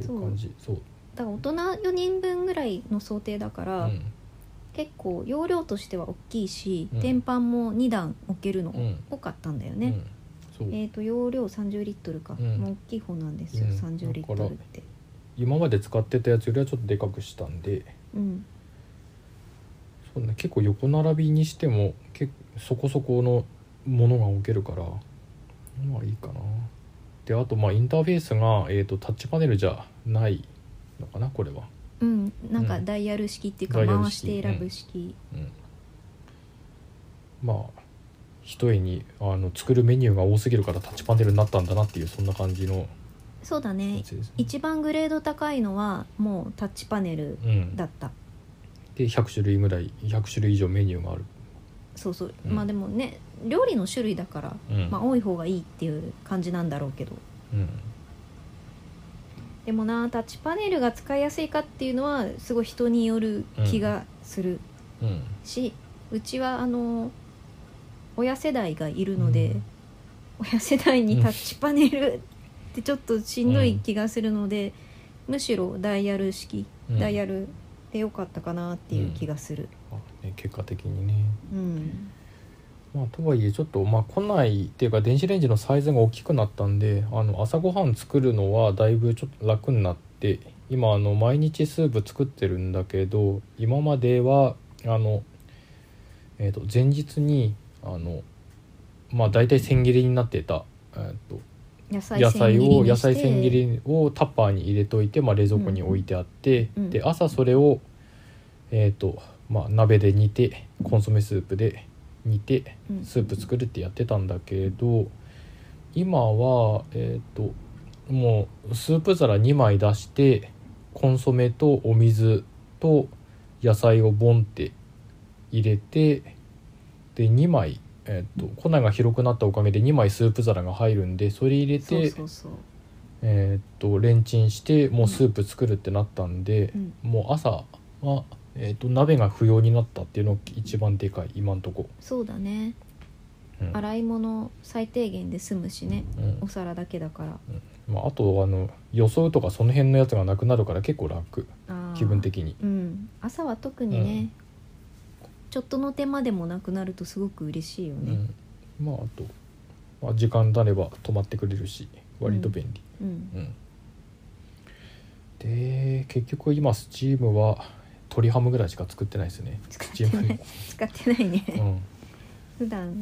Speaker 1: っていう感じそう
Speaker 2: だから大人4人分ぐらいの想定だから、
Speaker 1: うん
Speaker 2: 結構容量としては大きいし、
Speaker 1: うん
Speaker 2: 天板も2段置けるの
Speaker 1: うん
Speaker 2: 多かったんだよ
Speaker 1: う
Speaker 2: ね、
Speaker 1: んそう
Speaker 2: えっ、と容量30リットルか、
Speaker 1: うん
Speaker 2: もう大きい方なんですよ、
Speaker 1: うん
Speaker 2: 30リットルって
Speaker 1: 今まで使ってたやつよりはちょっとでかくしたんで
Speaker 2: うん
Speaker 1: そう、ね、結構横並びにしても結そこそこのものが置けるからまあいいかなであとまあインターフェースが、えー、とタッチパネルじゃないのかなこれは
Speaker 2: ううんなんかダイヤル式っていうか
Speaker 1: ダイヤル
Speaker 2: 回し
Speaker 1: 式
Speaker 2: て選ぶ式、
Speaker 1: うん、まあひとえにあの作るメニューが多すぎるからタッチパネルになったんだなっていうそんな感じの
Speaker 2: そうだ
Speaker 1: や
Speaker 2: ね
Speaker 1: つですね。
Speaker 2: 一番グレード高いのはもうタッチパネル
Speaker 1: うん、
Speaker 2: だ
Speaker 1: で
Speaker 2: った
Speaker 1: 100種類ぐらい100種類以上メニューがある、
Speaker 2: そうそう、
Speaker 1: うん
Speaker 2: まあでもね料理の種類だから、
Speaker 1: うん
Speaker 2: まあ、多い方がいいっていう感じなんだろうけど
Speaker 1: うん、
Speaker 2: でもなタッチパネルが使いやすいかっていうのはすごい人による気がする
Speaker 1: うん、
Speaker 2: し、うちはあの親世代がいるので、親世代にタッチパネルってちょっとしんどい気がするので、むしろダイヤル式、
Speaker 1: うん
Speaker 2: ダイヤルでよかったかなっていう気がする。
Speaker 1: あね、結果的にね、
Speaker 2: うん
Speaker 1: まあ、とはいえちょっとまあ来ないっていうか電子レンジのサイズが大きくなったんであの朝ごはん作るのはだいぶちょっと楽になって今あの毎日スープ作ってるんだけど今まではあの、えー、と前日にあのまあ大体千切りになってた、えー、と
Speaker 2: 野菜
Speaker 1: 野菜を野菜千切
Speaker 2: 千切りにして
Speaker 1: りをタッパーに入れといて、まあ、冷蔵庫に置いてあって、
Speaker 2: うん
Speaker 1: で朝それを、えーとまあ、鍋で煮てコンソメスープで煮て
Speaker 2: うん
Speaker 1: スープ作るってやってたんだけど今は、えー、ともうスープ皿2枚出してコンソメとお水と野菜をボンって入れてで2枚、えー、と粉が広くなったおかげで2枚スープ皿が入るんでそれ入れて
Speaker 2: そうそうそう、
Speaker 1: えーっとレンチンしてもうスープ作るってなったんで、
Speaker 2: うん
Speaker 1: もう朝は、えーっと鍋が不要になったっていうのが一番でかい今んとこ、
Speaker 2: そうだね
Speaker 1: うん
Speaker 2: 洗い物最低限で済むしね
Speaker 1: うん
Speaker 2: お皿だけだから
Speaker 1: まあ、あとあの装うとかその辺のやつがなくなるから結構楽
Speaker 2: あー
Speaker 1: 気分的に
Speaker 2: うん朝は特にね、ちょっとの手間でもなくなるとすごく嬉しいよ
Speaker 1: う
Speaker 2: ね
Speaker 1: ん、まああと、まあ、時間になれば止まってくれるし割と便利、
Speaker 2: うん、
Speaker 1: うんで結局今スチームは鶏ハムぐらいしか作ってないですね
Speaker 2: 使
Speaker 1: チ
Speaker 2: って
Speaker 1: ー
Speaker 2: な
Speaker 1: ム
Speaker 2: い使ってないね、
Speaker 1: うん
Speaker 2: 普段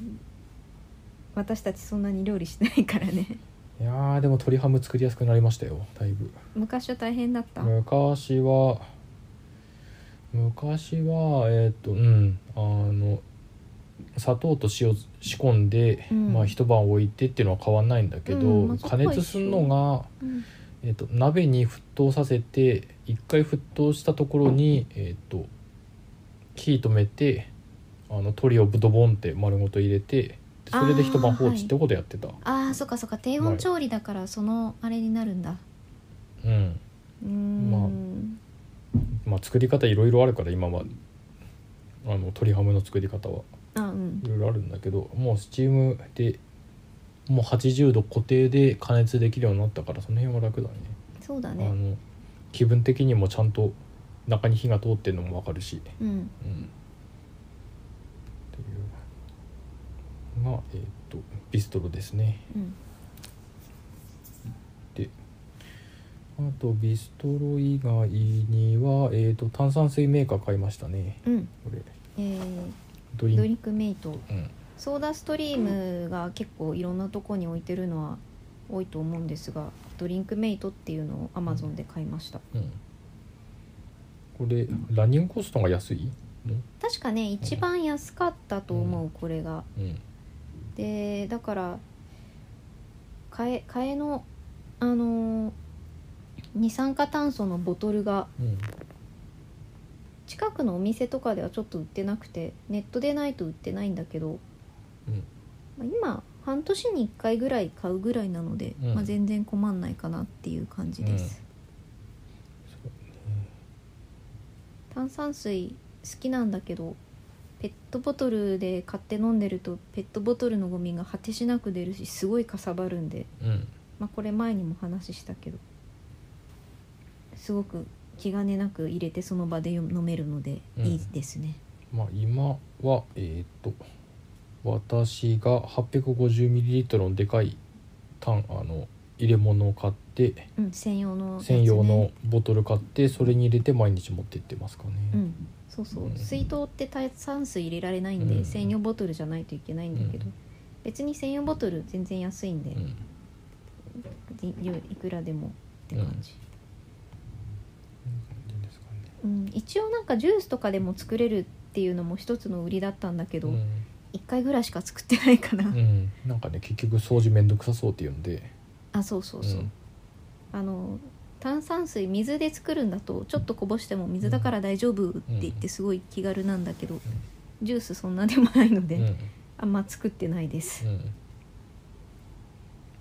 Speaker 2: 私たちそんなに料理しないからね
Speaker 1: いやーでも鶏ハム作りやすくなりましたよだいぶ
Speaker 2: 昔は大変だった、
Speaker 1: 昔は昔はえーっ、とうんあの砂糖と塩仕込んで、
Speaker 2: うん
Speaker 1: まあ、一晩置いてっていうのは変わんないんだけど、
Speaker 2: うんまあそこ
Speaker 1: 加
Speaker 2: は一緒
Speaker 1: 熱するのが、
Speaker 2: うん
Speaker 1: えーっと鍋に沸騰させて一回沸騰したところに、えーっと火止めてあの鶏をドボンって丸ごと入れてでそれで一晩放置ってことやってた、
Speaker 2: ああそっかそっか低温調理だからそのあれになるんだ、
Speaker 1: うん
Speaker 2: うーん、
Speaker 1: まあ、作り方いろいろあるから今はあの鶏ハムの作り方は
Speaker 2: あうん
Speaker 1: いろいろあるんだけどもうスチームでもう80度固定で加熱できるようになったからその辺は楽だね
Speaker 2: そうだ
Speaker 1: あ
Speaker 2: ね
Speaker 1: の気分的にもちゃんと中に火が通ってるのも分かるし、
Speaker 2: うん
Speaker 1: うん、っていうのがえーっとビストロですね
Speaker 2: うん
Speaker 1: であとビストロ以外には、えーっと炭酸水メーカー買いましたね
Speaker 2: うん
Speaker 1: これ
Speaker 2: えー、
Speaker 1: ドリン
Speaker 2: ド
Speaker 1: ク
Speaker 2: リンクメイト
Speaker 1: うん
Speaker 2: ソーダストリームが結構いろんなとこに置いてるのは多いと思うんですがドリンクメイトっていうのをアマゾンで買いました
Speaker 1: うんこれランニングコストが安いの
Speaker 2: 確かね一番安かったと思うこれが
Speaker 1: うん
Speaker 2: でだから替え替えのあのー二酸化炭素のボトルが
Speaker 1: うん
Speaker 2: 近くのお店とかではちょっと売ってなくてネットでないと売ってないんだけど、
Speaker 1: うん
Speaker 2: まあ今半年に1回ぐらい買うぐらいなので、
Speaker 1: うん
Speaker 2: まあ、全然困んないかなっていう感じです、炭酸水好きなんだけどペットボトルで買って飲んでるとペットボトルのゴミが果てしなく出るしすごいかさばるんで、
Speaker 1: うん
Speaker 2: まあ、これ前にも話したけどすごく気兼ねなく入れてその場で飲めるので
Speaker 1: うん
Speaker 2: いいですね、
Speaker 1: まあ今はえーっと私が 850ml のでかい単あの入れ物を買って
Speaker 2: うん専用のやつね
Speaker 1: 専用のボトル買ってそれに入れて毎日持ってってますかね、
Speaker 2: うん、そうそう、
Speaker 1: うん
Speaker 2: 水筒って炭酸水入れられないんで、
Speaker 1: うん
Speaker 2: 専用ボトルじゃないといけないんだけど、
Speaker 1: うん
Speaker 2: 別に専用ボトル全然安いんで、
Speaker 1: うん
Speaker 2: いいくらでもって感じ、
Speaker 1: いいですかね
Speaker 2: うん、一応なんかジュースとかでも作れるっていうのも一つの売りだったんだけど、
Speaker 1: うん
Speaker 2: 1回ぐらいしか作ってないかな、
Speaker 1: うん、なんかね結局掃除めんどくさそうっていうので
Speaker 2: あそうそうそう、
Speaker 1: うん
Speaker 2: あの炭酸水水で作るんだとちょっとこぼしても水だから大丈夫って言っ
Speaker 1: うん
Speaker 2: てすごい気軽なんだけど、ジュースそんなでもないので、
Speaker 1: うん
Speaker 2: あんま作ってないです、
Speaker 1: うんま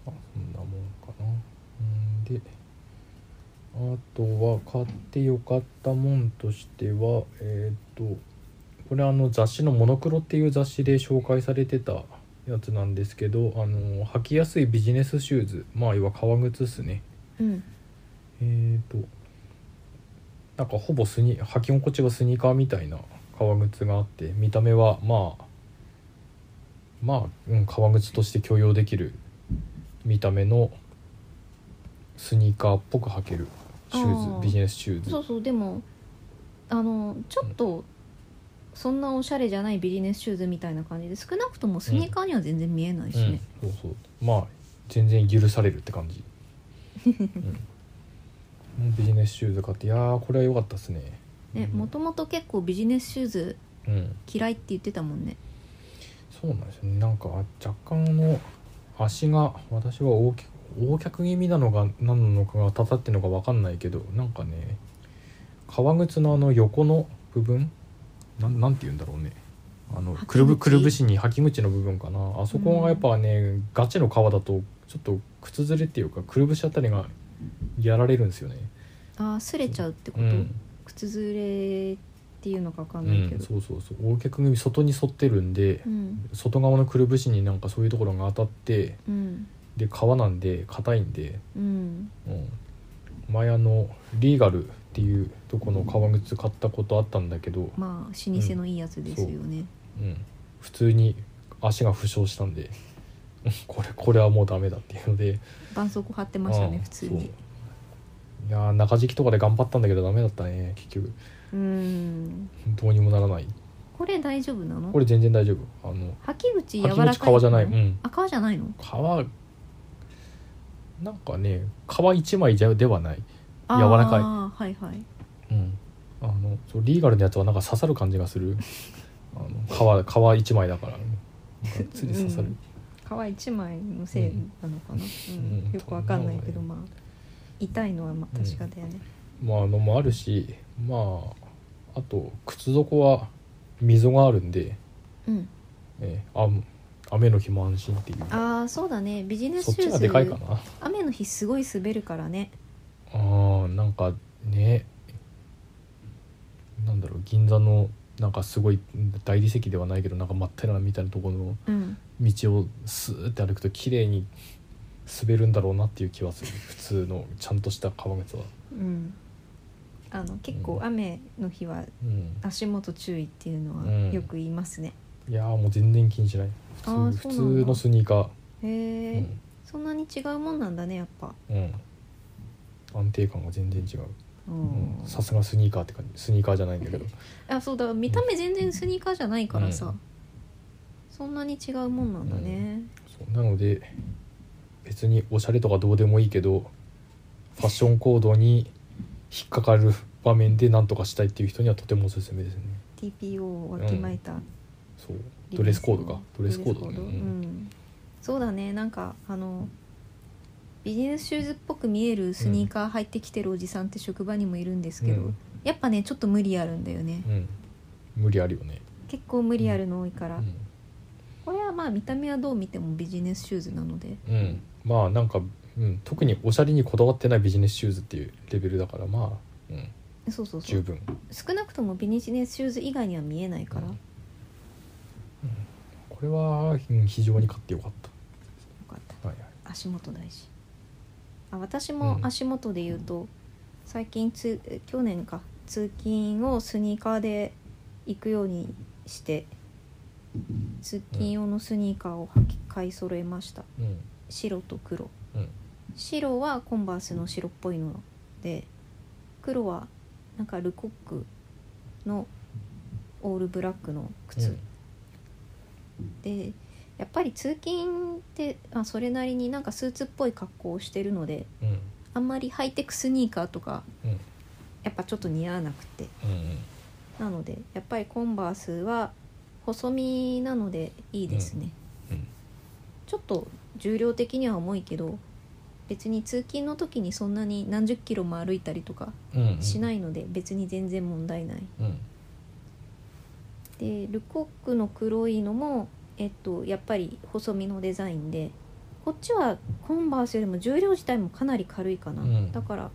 Speaker 1: あそんなもんかなうんであとは買ってよかったもんとしてはえっ、とこれあの雑誌の「モノクロ」っていう雑誌で紹介されてたやつなんですけどあの履きやすいビジネスシューズまあ要は革靴っすね
Speaker 2: うん
Speaker 1: えー、となんかほぼスニ履き心地がスニーカーみたいな革靴があって見た目はまあまあ、うん、革靴として許容できる見た目のスニーカーっぽく履けるシュ
Speaker 2: あ
Speaker 1: ー
Speaker 2: ー
Speaker 1: ズビジネスシューズ
Speaker 2: そうそうでもあのちょっとそんなおしゃれじゃないビジネスシューズみたいな感じで少なくともスニーカーには全然見えないし
Speaker 1: うん
Speaker 2: ね、、
Speaker 1: そうそうまあ全然許されるって感 じ、うん、ビジネスシューズ買っていやーこれは良かったですね
Speaker 2: ねもともと結構ビジネスシューズ
Speaker 1: うん
Speaker 2: 嫌いって言ってたもんね
Speaker 1: そうなんですよねなんか若干あの足が私は大き横脚気味なのが何なのかがたたってのか分かんないけどなんかね革靴のあの横の部分なんなんて言うんだろうねあの
Speaker 2: 履き口
Speaker 1: くるぶくるぶしに履き口の部分かなあそこがやっぱね、ガチの革だとちょっと靴ずれっていうかくるぶしあたりがやられるんですよね。
Speaker 2: ああ擦れちゃうってこ
Speaker 1: う
Speaker 2: と、
Speaker 1: ん
Speaker 2: 靴ずれっていうのか分か
Speaker 1: うん
Speaker 2: ないけ
Speaker 1: ん、
Speaker 2: ど、
Speaker 1: そうそうそう横脚組外に沿ってるんで、
Speaker 2: うん
Speaker 1: 外側のくるぶしになんかそういうところが当たって
Speaker 2: うん
Speaker 1: で革なんで硬いんで、
Speaker 2: うん
Speaker 1: うん、前あのリーガルっていうとこの革靴買ったことあったんだけど、
Speaker 2: まあ老舗のいいやつですよね、
Speaker 1: うん、普通に足が負傷したんで うんこれこれはもうダメだっていうので
Speaker 2: 絆創膏貼ってましたね
Speaker 1: うん
Speaker 2: 普通
Speaker 1: そう
Speaker 2: に
Speaker 1: いやー中敷きとかで頑張ったんだけどダメだったね結局
Speaker 2: うん
Speaker 1: どうにもならない
Speaker 2: これ大丈夫なの
Speaker 1: これ全然大丈夫あの
Speaker 2: 履き口柔ら
Speaker 1: 履
Speaker 2: かい
Speaker 1: き口革じゃない、うん、
Speaker 2: あ革じゃないの
Speaker 1: 革なんかね革一枚じゃではない
Speaker 2: あー
Speaker 1: 柔らかい
Speaker 2: はいはい
Speaker 1: うん、あのそうリーガルのやつはなんか刺さる感じがす るあの皮皮一枚だからなんかつり刺さる、
Speaker 2: うん革一枚のせいなのかな、うん
Speaker 1: うん
Speaker 2: よくわかんないけど
Speaker 1: うん
Speaker 2: まあ痛いのはまあ確かだよね、
Speaker 1: まああのもあるしまああと靴底は溝があるんで、
Speaker 2: うん
Speaker 1: えあ雨の日も安心っていう
Speaker 2: ああそうだねビジネス
Speaker 1: そっ
Speaker 2: シュ
Speaker 1: ち
Speaker 2: ー
Speaker 1: が
Speaker 2: ズ
Speaker 1: でかいかな
Speaker 2: 雨の日すごい滑るからね
Speaker 1: あーなんかねなんだろう銀座のなんかすごい大理石ではないけどなんか真っ平らみたいなところの
Speaker 2: うん
Speaker 1: 道をスーって歩くと綺麗に滑るんだろうなっていう気はする普通のちゃんとした革靴は、
Speaker 2: うんあの結構
Speaker 1: うん
Speaker 2: 雨の日は
Speaker 1: うん、
Speaker 2: 足元注意っていうのは
Speaker 1: うん
Speaker 2: よく言いますね、
Speaker 1: いやーもう全然気にしない普
Speaker 2: あー
Speaker 1: 通普
Speaker 2: そう
Speaker 1: 通
Speaker 2: なんだ
Speaker 1: のスニーカ
Speaker 2: へ
Speaker 1: ー、
Speaker 2: え、
Speaker 1: うん
Speaker 2: そんなに違うもんなんだねやっぱ
Speaker 1: うん、安定感が全然違う
Speaker 2: うん
Speaker 1: うんさすがスニーカーって感じスニーカーじゃないんだけど
Speaker 2: あそうだ見た目全然スニーカーじゃないからさ、
Speaker 1: うん
Speaker 2: そんなに違うもんなんだね、
Speaker 1: そうなので別におしゃれとかどうでもいいけどファッション行動に引っかかる場面で何とかしたいっていう人にはとてもおすすめですね
Speaker 2: TPO をわきまえた、
Speaker 1: そうドレスコードかドレスコードね
Speaker 2: ドレ
Speaker 1: う
Speaker 2: スうんんそうだねなんかあのビジネスシューズっぽく見えるスニーカー入ってきてるおじさんって職場にもいるんですけど、
Speaker 1: うん
Speaker 2: やっぱねちょっと無理あるんだよね、
Speaker 1: うん、無理あるよね、
Speaker 2: 結構無理あるの多いか
Speaker 1: う
Speaker 2: ら、
Speaker 1: ん、
Speaker 2: これはまあ見た目はどう見てもビジネスシューズなので
Speaker 1: うん、まあなんか、うん、特におしゃれにこだわってないビジネスシューズっていうレベルだからまあ、うん、
Speaker 2: そうそうそ
Speaker 1: 十
Speaker 2: う
Speaker 1: 分
Speaker 2: 少なくともビジネスシューズ以外には見えないから、
Speaker 1: うん
Speaker 2: よ
Speaker 1: これはうん非常に買ってよかっ
Speaker 2: かった
Speaker 1: た、はいは
Speaker 2: 足元大事あ私も足元で言うと、最近つ去年か通勤をスニーカーで行くようにして通勤用のスニーカーを履き買い揃えました
Speaker 1: い、うん
Speaker 2: 白と黒
Speaker 1: うん
Speaker 2: 白はコンバースの白っぽいので黒はなんかルコックのオールブラックの靴、でやっぱり通勤ってあそれなりになんかスーツっぽい格好をしてるので
Speaker 1: うん
Speaker 2: あんまりハイテクスニーカーとか
Speaker 1: うん
Speaker 2: やっぱちょっと似合わなくて
Speaker 1: うんうん
Speaker 2: なのでやっぱりコンバースは細身なのでいいですね、
Speaker 1: うん
Speaker 2: ちょっと重量的には重いけど別に通勤の時にそんなに何十キロも歩いたりとか
Speaker 1: うんうん
Speaker 2: しないので別に全然問題ない
Speaker 1: うん
Speaker 2: でルコックの黒いのも、えっと、やっぱり細身のデザインでこっちはコンバースよりも重量自体もかなり軽いかな、
Speaker 1: うん
Speaker 2: だから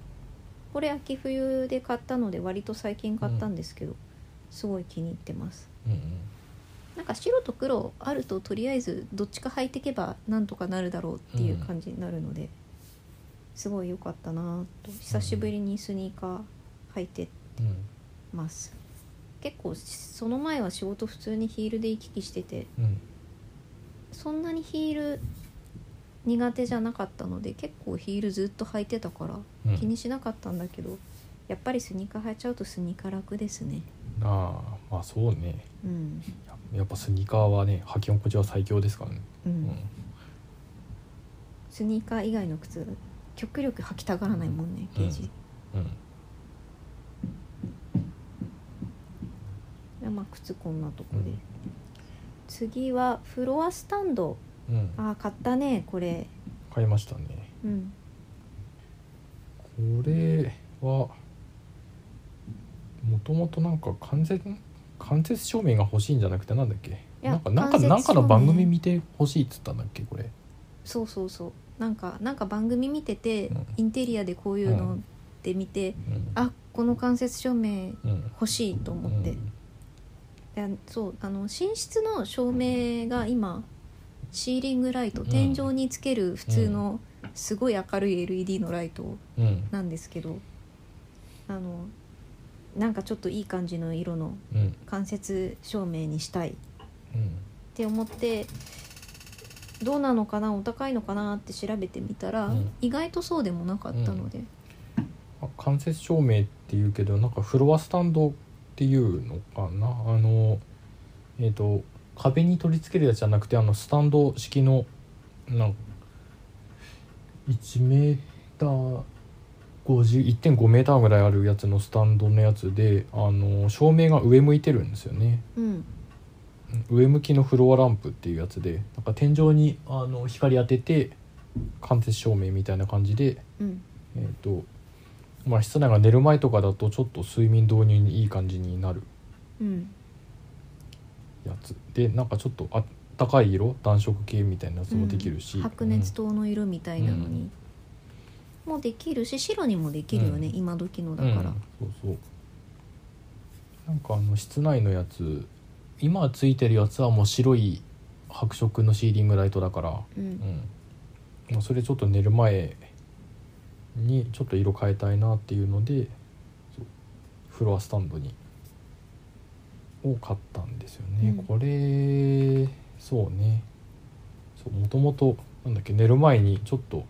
Speaker 2: これ秋冬で買ったので割と最近買ったんですけど、すごい気に入ってます
Speaker 1: うんうん
Speaker 2: なんか白と黒あるととりあえずどっちか履いてけばなんとかなるだろうっていう感じになるので、すごい良かったなと久しぶりにスニーカー履いて
Speaker 1: うん
Speaker 2: ます結構その前は仕事普通にヒールで行き来してて
Speaker 1: うん
Speaker 2: そんなにヒール苦手じゃなかったので結構ヒールずっと履いてたか
Speaker 1: う
Speaker 2: ら
Speaker 1: ん
Speaker 2: 気にしなかったんだけど、やっぱりスニーカー履いちゃうとスニーカー楽ですね
Speaker 1: ああまあそうね
Speaker 2: うん
Speaker 1: やっぱスニーカーはね履き心地は最強ですからね
Speaker 2: うん、
Speaker 1: うん
Speaker 2: スニーカー以外の靴極力履きたがらないもんねゲージ、
Speaker 1: うん
Speaker 2: いやまあ靴こんなとこで、
Speaker 1: うん
Speaker 2: 次はフロアスタンド
Speaker 1: うん
Speaker 2: ああ買ったねこれ
Speaker 1: 買いましたね
Speaker 2: うん
Speaker 1: これはもともとなんか関節間接照明が欲しいんじゃなくてなんだっけ
Speaker 2: や
Speaker 1: なんかなんか
Speaker 2: 間接照明
Speaker 1: なんかの番組見て欲しいっつったんだっけこれ
Speaker 2: そうそうそうなんかなんか番組見てて、
Speaker 1: うん
Speaker 2: インテリアでこういう
Speaker 1: う
Speaker 2: の
Speaker 1: ん
Speaker 2: で見て、
Speaker 1: うん
Speaker 2: あこの間接照明
Speaker 1: うん
Speaker 2: 欲しいと思って、
Speaker 1: う
Speaker 2: い
Speaker 1: ん
Speaker 2: やそうあの寝室の照明が今シーリングライト
Speaker 1: ん
Speaker 2: 天井につける普通のすごい明るい LED のライト
Speaker 1: うん
Speaker 2: なんですけどあのなんかちょっといい感じの色の
Speaker 1: うん
Speaker 2: 間接照明にしたいっ
Speaker 1: うん
Speaker 2: て思ってどうなのかなお高いのかなって調べてみたら、
Speaker 1: うん
Speaker 2: 意外とそうでもなかったので、
Speaker 1: あ間接照明っていうけどなんかフロアスタンドっていうのかなあのえっ、と壁に取り付けるやつじゃなくてあのスタンド式のなん1メーター50 1.5メーターぐらいあるやつのスタンドのやつであの照明が上向いてるんですよね
Speaker 2: うん
Speaker 1: うん上向きのフロアランプっていうやつでなんか天井にあの光当てて間接照明みたいな感じで
Speaker 2: うん
Speaker 1: えっ、とまあ室内が寝る前とかだとちょっと睡眠導入にいい感じになる
Speaker 2: うん
Speaker 1: やつでなんかちょっとあったかい色暖色系みたいなやつもできるし、
Speaker 2: うん白熱灯の色みたいなのに、もうできるし白にもできるよね、
Speaker 1: うん
Speaker 2: 今時の
Speaker 1: うん
Speaker 2: だから、
Speaker 1: うんそうそうなんかあの室内のやつ今ついてるやつはもう白い白色のシーリングライトだから、
Speaker 2: うん
Speaker 1: うんまあ、それちょっと寝る前にちょっと色変えたいなっていうのでそうフロアスタンドにを買ったんですよね、
Speaker 2: うん
Speaker 1: これそうねそうもともとなんだっけ寝る前にちょっと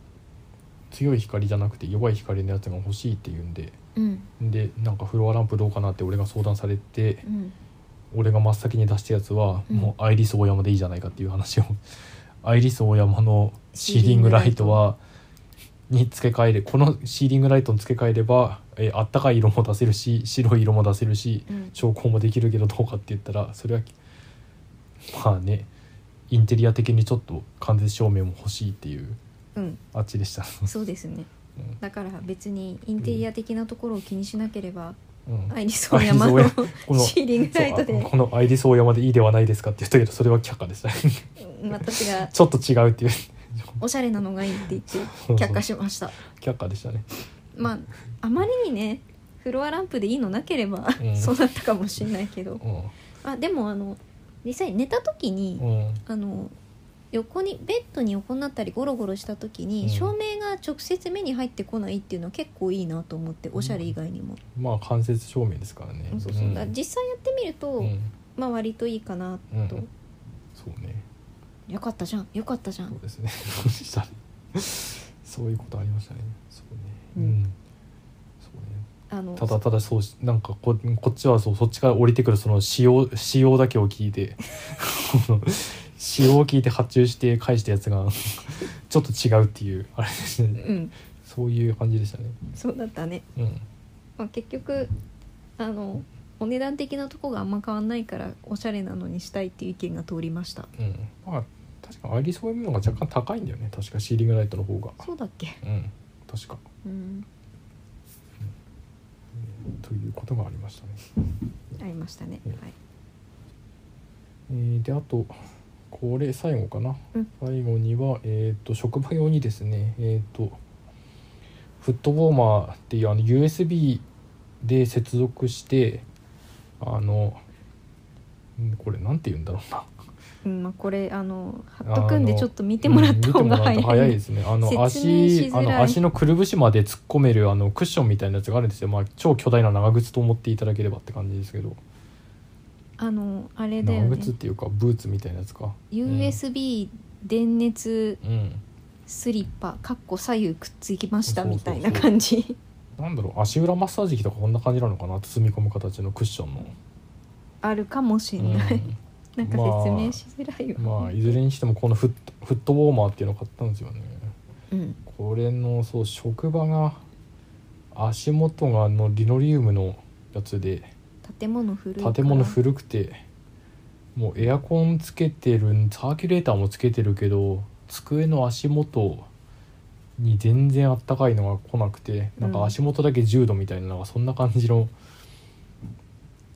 Speaker 1: 強い光じゃなくて弱い光のやつが欲しいっていうんで
Speaker 2: うん
Speaker 1: でなんかフロアランプどうかなって俺が相談されて
Speaker 2: うん
Speaker 1: 俺が真っ先に出したやつは、
Speaker 2: うん
Speaker 1: もうアイリスオーヤマでいいじゃないかっていう話を アイリスオーヤマのシーリングライトはに付け替えるこのシーリングライトに付け替えればえーあったかい色も出せるし白い色も出せるし
Speaker 2: うん
Speaker 1: 調光もできるけどどうかって言ったらそれはまあねインテリア的にちょっと間接照明も欲しいっていう
Speaker 2: うん
Speaker 1: あっちでした。
Speaker 2: そうですね
Speaker 1: うん
Speaker 2: だから別にインテリア的なところを気にしなければ、
Speaker 1: うん
Speaker 2: アイリスオーヤマの
Speaker 1: アイリスオーヤこの
Speaker 2: シーリングライト
Speaker 1: そう
Speaker 2: で
Speaker 1: あこのアイリスオーヤマでいいではないですかって言ったけどそれは却下でした ち
Speaker 2: うん私が
Speaker 1: ょっと違うっていう
Speaker 2: おしゃれなのがいいって言って
Speaker 1: そうそう
Speaker 2: 却下しました
Speaker 1: 却下でしたね
Speaker 2: まああまりにねフロアランプでいいのなければ、
Speaker 1: うん
Speaker 2: そうなったかもしれないけど
Speaker 1: う
Speaker 2: あでもあの実際寝た時に、
Speaker 1: んうん
Speaker 2: あの横にベッドに横になったりゴロゴロした時に、
Speaker 1: うん
Speaker 2: 照明が直接目に入ってこないっていうのは結構いいなと思っておしゃれ以外にも、
Speaker 1: まあ間接照明ですからね
Speaker 2: そうそうだから
Speaker 1: ん
Speaker 2: 実際やってみると、
Speaker 1: うん
Speaker 2: まあ割といいかなと、
Speaker 1: うんそうね
Speaker 2: よかったじゃんよかったじゃ
Speaker 1: そうんですねそうしたねそういうことありましたねそうね
Speaker 2: う
Speaker 1: うんん、そうね
Speaker 2: あの
Speaker 1: ただただそうしなんかここっちはそうそっちから降りてくるその仕様仕様だけを聞いて この仕様を聞いて発注して返したやつ がちょっと違うっていうあれですね
Speaker 2: うん
Speaker 1: そういう感じでしたね
Speaker 2: そうだったね
Speaker 1: うん
Speaker 2: まあ、結局あのお値段的なとこがあんま変わんないからおしゃれなのにしたいっていう意見が通りました
Speaker 1: うんまあ確かアイリス・オーエムの方が若干高いんだよね確かシーリングライトの方が
Speaker 2: そうだっけ
Speaker 1: うん確か
Speaker 2: うん
Speaker 1: ということがありましたね
Speaker 2: ありましたね
Speaker 1: うん
Speaker 2: はい
Speaker 1: えーであとこれ最後かな、
Speaker 2: うん
Speaker 1: 最後には、えー、と職場用にですね、えー、とフットウォーマーっていうあの USB で接続してあのんこれなんて言うんだろうな
Speaker 2: うんまあ、これあの貼っとくんで
Speaker 1: あの
Speaker 2: ちょっと見てもらった方が
Speaker 1: うん見てもらう
Speaker 2: 早い,、
Speaker 1: と早いですねあの
Speaker 2: 説明し
Speaker 1: 足あ
Speaker 2: づらい
Speaker 1: の足のくるぶしまで突っ込めるあのクッションみたいなやつがあるんですよ、まあ、超巨大な長靴と思っていただければって感じですけど、
Speaker 2: あのあれだよ
Speaker 1: 長
Speaker 2: ね
Speaker 1: 靴っていうかブーツみたいなやつか
Speaker 2: USB 電熱
Speaker 1: うん
Speaker 2: スリッパかっこ左右くっつきました
Speaker 1: そうそう
Speaker 2: み
Speaker 1: そう
Speaker 2: たいな感じ
Speaker 1: なんだろう足裏マッサージ機とかこんな感じなのかな包み込む形のクッションの、
Speaker 2: あるかもしれ
Speaker 1: うん
Speaker 2: ない、 なんか説明しづらいわ、
Speaker 1: まあいずれにしてもこのフットフットウォーマーっていうのを買ったんですよね
Speaker 2: うん、
Speaker 1: これのそう職場が足元があのリノリウムのやつで
Speaker 2: 建物古いから
Speaker 1: 建物古くてもうエアコンつけてるサーキュレーターもつけてるけど机の足元に全然あったかいのが来なくてなん
Speaker 2: う
Speaker 1: か
Speaker 2: ん
Speaker 1: 足元だけ10度みたいななんかそんな感じの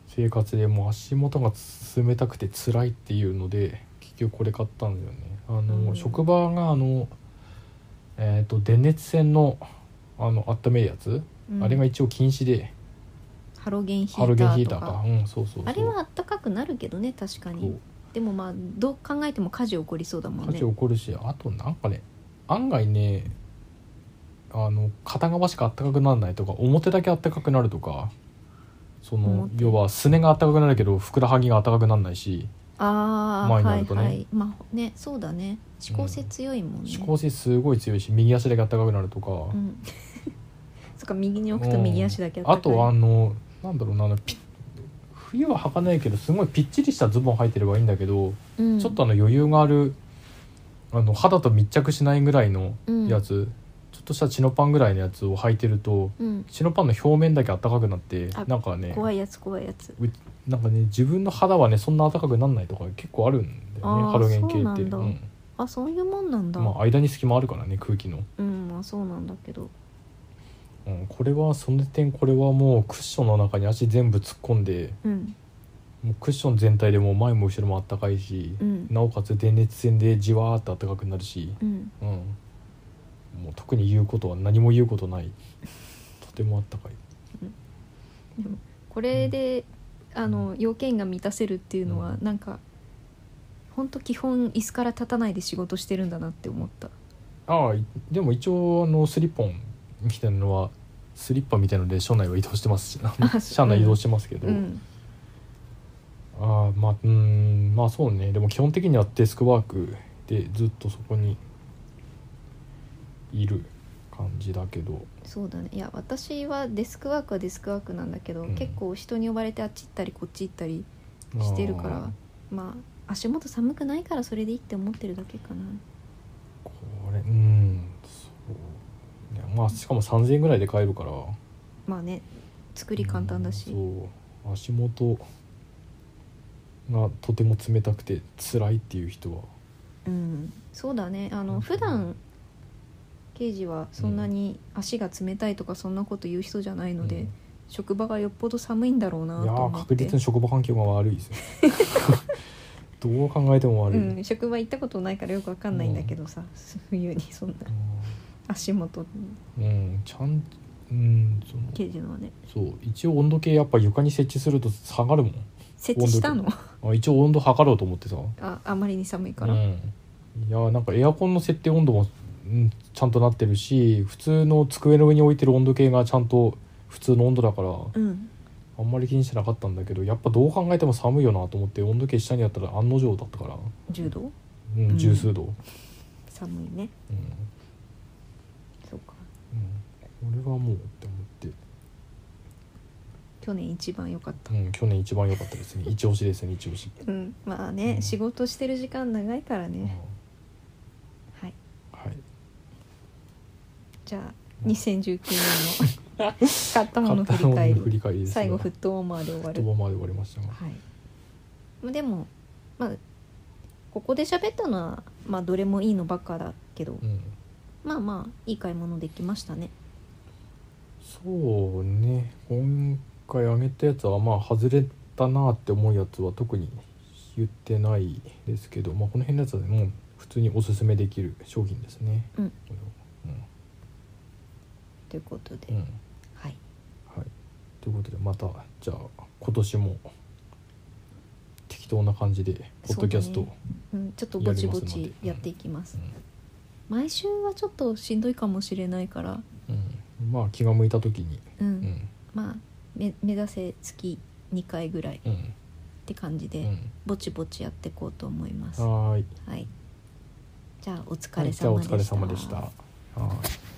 Speaker 1: 生活でもう足元が冷たくて辛いっていうので結局これ買ったんだよね。あの、
Speaker 2: うん
Speaker 1: 職場があのえっ、と電熱線のあの温めるやつ、
Speaker 2: うん
Speaker 1: あれが一応禁止で
Speaker 2: ハロゲンヒ
Speaker 1: ハロゲンヒ
Speaker 2: ー
Speaker 1: ー
Speaker 2: タ
Speaker 1: ター
Speaker 2: ーと
Speaker 1: か
Speaker 2: か
Speaker 1: うんそうそうそう
Speaker 2: あれはあったかくなるけどね確か
Speaker 1: そう
Speaker 2: にでもまあどう考えても火事起こりそうだもん
Speaker 1: 火事
Speaker 2: ね
Speaker 1: 起こるしあとなんかね案外ねあの片側しか暖かくならないとか表だけ暖かくなるとかその
Speaker 2: 表
Speaker 1: 要はすねが暖かくなるけどふくらはぎが暖かくならないし
Speaker 2: ああ
Speaker 1: 前に
Speaker 2: は
Speaker 1: なる
Speaker 2: い
Speaker 1: とね
Speaker 2: はいまあねそうだね指向性強いもんね、
Speaker 1: 指向性すごい強いし右足だけ暖かくなるとか
Speaker 2: う、ん そっか右に置くと右足だけ
Speaker 1: あとはあ
Speaker 2: は
Speaker 1: のなんだろうなあのピ冬は履かないけどすごいぴっちりしたズボン履いてればいいんだけど、ちょっとあの余裕があるあの肌と密着しないぐらいのやつ、ちょっとしたチノパンぐらいのやつを履いてると
Speaker 2: うん、
Speaker 1: チノパンの表面だけ暖かくなって
Speaker 2: あ
Speaker 1: なんかね
Speaker 2: 怖いやつ怖いやつ
Speaker 1: なんかね自分の肌はねそんな暖かくならないとか結構あるんだよ
Speaker 2: あー
Speaker 1: ねハロゲン系って
Speaker 2: そうなんだあそういうもんなんだ、
Speaker 1: まあ、間に隙間あるからね空気の、
Speaker 2: うんまあそうなんだけど
Speaker 1: うん、これはその点これはもうクッションの中に足全部突っ込んで
Speaker 2: うん
Speaker 1: もうクッション全体でもう前も後ろも暖かいし、
Speaker 2: うん
Speaker 1: なおかつ電熱線でじわーっと暖かくなるし、
Speaker 2: うん
Speaker 1: うん、もう特に言うことは何も言うことないとても暖かい。
Speaker 2: でもこれで、あの要件が満たせるっていうのは、なんかほんと基本椅子から立たないで仕事してるんだなって思った
Speaker 1: ああいでも一応あのスリッポンみたいなのはスリッパみたいので車内は移動してますしあの
Speaker 2: あそう
Speaker 1: 車内移動してますけど、
Speaker 2: うん
Speaker 1: ああまあうーんまあそうねでも基本的にはデスクワークでずっとそこにいる感じだけど
Speaker 2: そうだねいや私はデスクワークはデスクワークなんだけど、
Speaker 1: うん
Speaker 2: 結構人に呼ばれてあっち行ったりこっち行ったりしてるから
Speaker 1: ああ
Speaker 2: まあ足元寒くないからそれでいいって思ってるだけかな
Speaker 1: これうんそうねまあしかも3,000円ぐらいで買えるから
Speaker 2: まあね作り簡単だし、
Speaker 1: うんそう足元がとても冷たくて辛いっていう人は
Speaker 2: うん、そうだねあ
Speaker 1: う
Speaker 2: の
Speaker 1: ん
Speaker 2: 普段刑事はそんなに足が冷たいとかそんなこと言う人じゃないので、
Speaker 1: うん
Speaker 2: 職場がよっぽど寒いんだろうないと
Speaker 1: やー
Speaker 2: 思っ
Speaker 1: 確
Speaker 2: て
Speaker 1: 実に職場環境が悪いですよ どう考えても悪い、う
Speaker 2: うんん、職場行ったことないからよくわかんないんだけどさ、冬にそんな足元
Speaker 1: うんちゃんうんその
Speaker 2: 刑事のはね
Speaker 1: そう一応温度計やっぱ床に設置すると下がるも
Speaker 2: 設置したの
Speaker 1: 温んあ一応温度測ろうと思ってさ
Speaker 2: ああまりに寒いか
Speaker 1: う
Speaker 2: ら、
Speaker 1: ん、いやーなんかエアコンの設定温度も、うん、ちゃんとなってるし普通の机の上に置いてる温度計がちゃんと普通の温度だから
Speaker 2: うん、
Speaker 1: あんまり気にしてなかったんだけどやっぱどう考えても寒いよなと思って温度計下にやったら案の定だったから、
Speaker 2: 10度
Speaker 1: う
Speaker 2: うん
Speaker 1: ん、十数度、
Speaker 2: 寒いね
Speaker 1: うん
Speaker 2: そうか
Speaker 1: うん、これはもうって思って、
Speaker 2: 去年一番良かった
Speaker 1: うん、去年一番良かったですね一押しですね一押し、
Speaker 2: うんまあね、
Speaker 1: うん
Speaker 2: 仕事してる時間長いから
Speaker 1: うん、は
Speaker 2: ね、はい
Speaker 1: い
Speaker 2: じゃあ2019年の買ったもの振り返
Speaker 1: の
Speaker 2: り
Speaker 1: 振り返りですが
Speaker 2: 最後フットウォーマーで終
Speaker 1: 言
Speaker 2: わる
Speaker 1: 葉まで終わりましたが
Speaker 2: はい、でもまあここで喋ったのは、まあ、どれもいいのばっかだけど、
Speaker 1: うん
Speaker 2: まあまあいい買い物できましたね
Speaker 1: そうね今回あげたやつはまあ外れたなって思うやつは特に言ってないですけど、まあ、この辺のやつはねもう普通におすすめできる商品ですね。
Speaker 2: うん
Speaker 1: これは
Speaker 2: ということで、
Speaker 1: うんうん
Speaker 2: はい
Speaker 1: はい、ということでまたじゃあ今年も適当な感じでポッドキャストを、
Speaker 2: そううん、ちょっとぼちぼちやっていきます毎週はちょっとしんどいかもしれないから、
Speaker 1: うんうんまあ気が向いた時に、
Speaker 2: うん
Speaker 1: うん
Speaker 2: まあめ目指せ月2回ぐらいっ
Speaker 1: うん
Speaker 2: て感じ
Speaker 1: う
Speaker 2: で、
Speaker 1: ん、
Speaker 2: ぼちぼちやっていこうと思います、
Speaker 1: はーい
Speaker 2: はいじゃあお疲
Speaker 1: は
Speaker 2: れ
Speaker 1: いじゃあ
Speaker 2: 様
Speaker 1: お
Speaker 2: でした、
Speaker 1: 疲れ様でした。はーい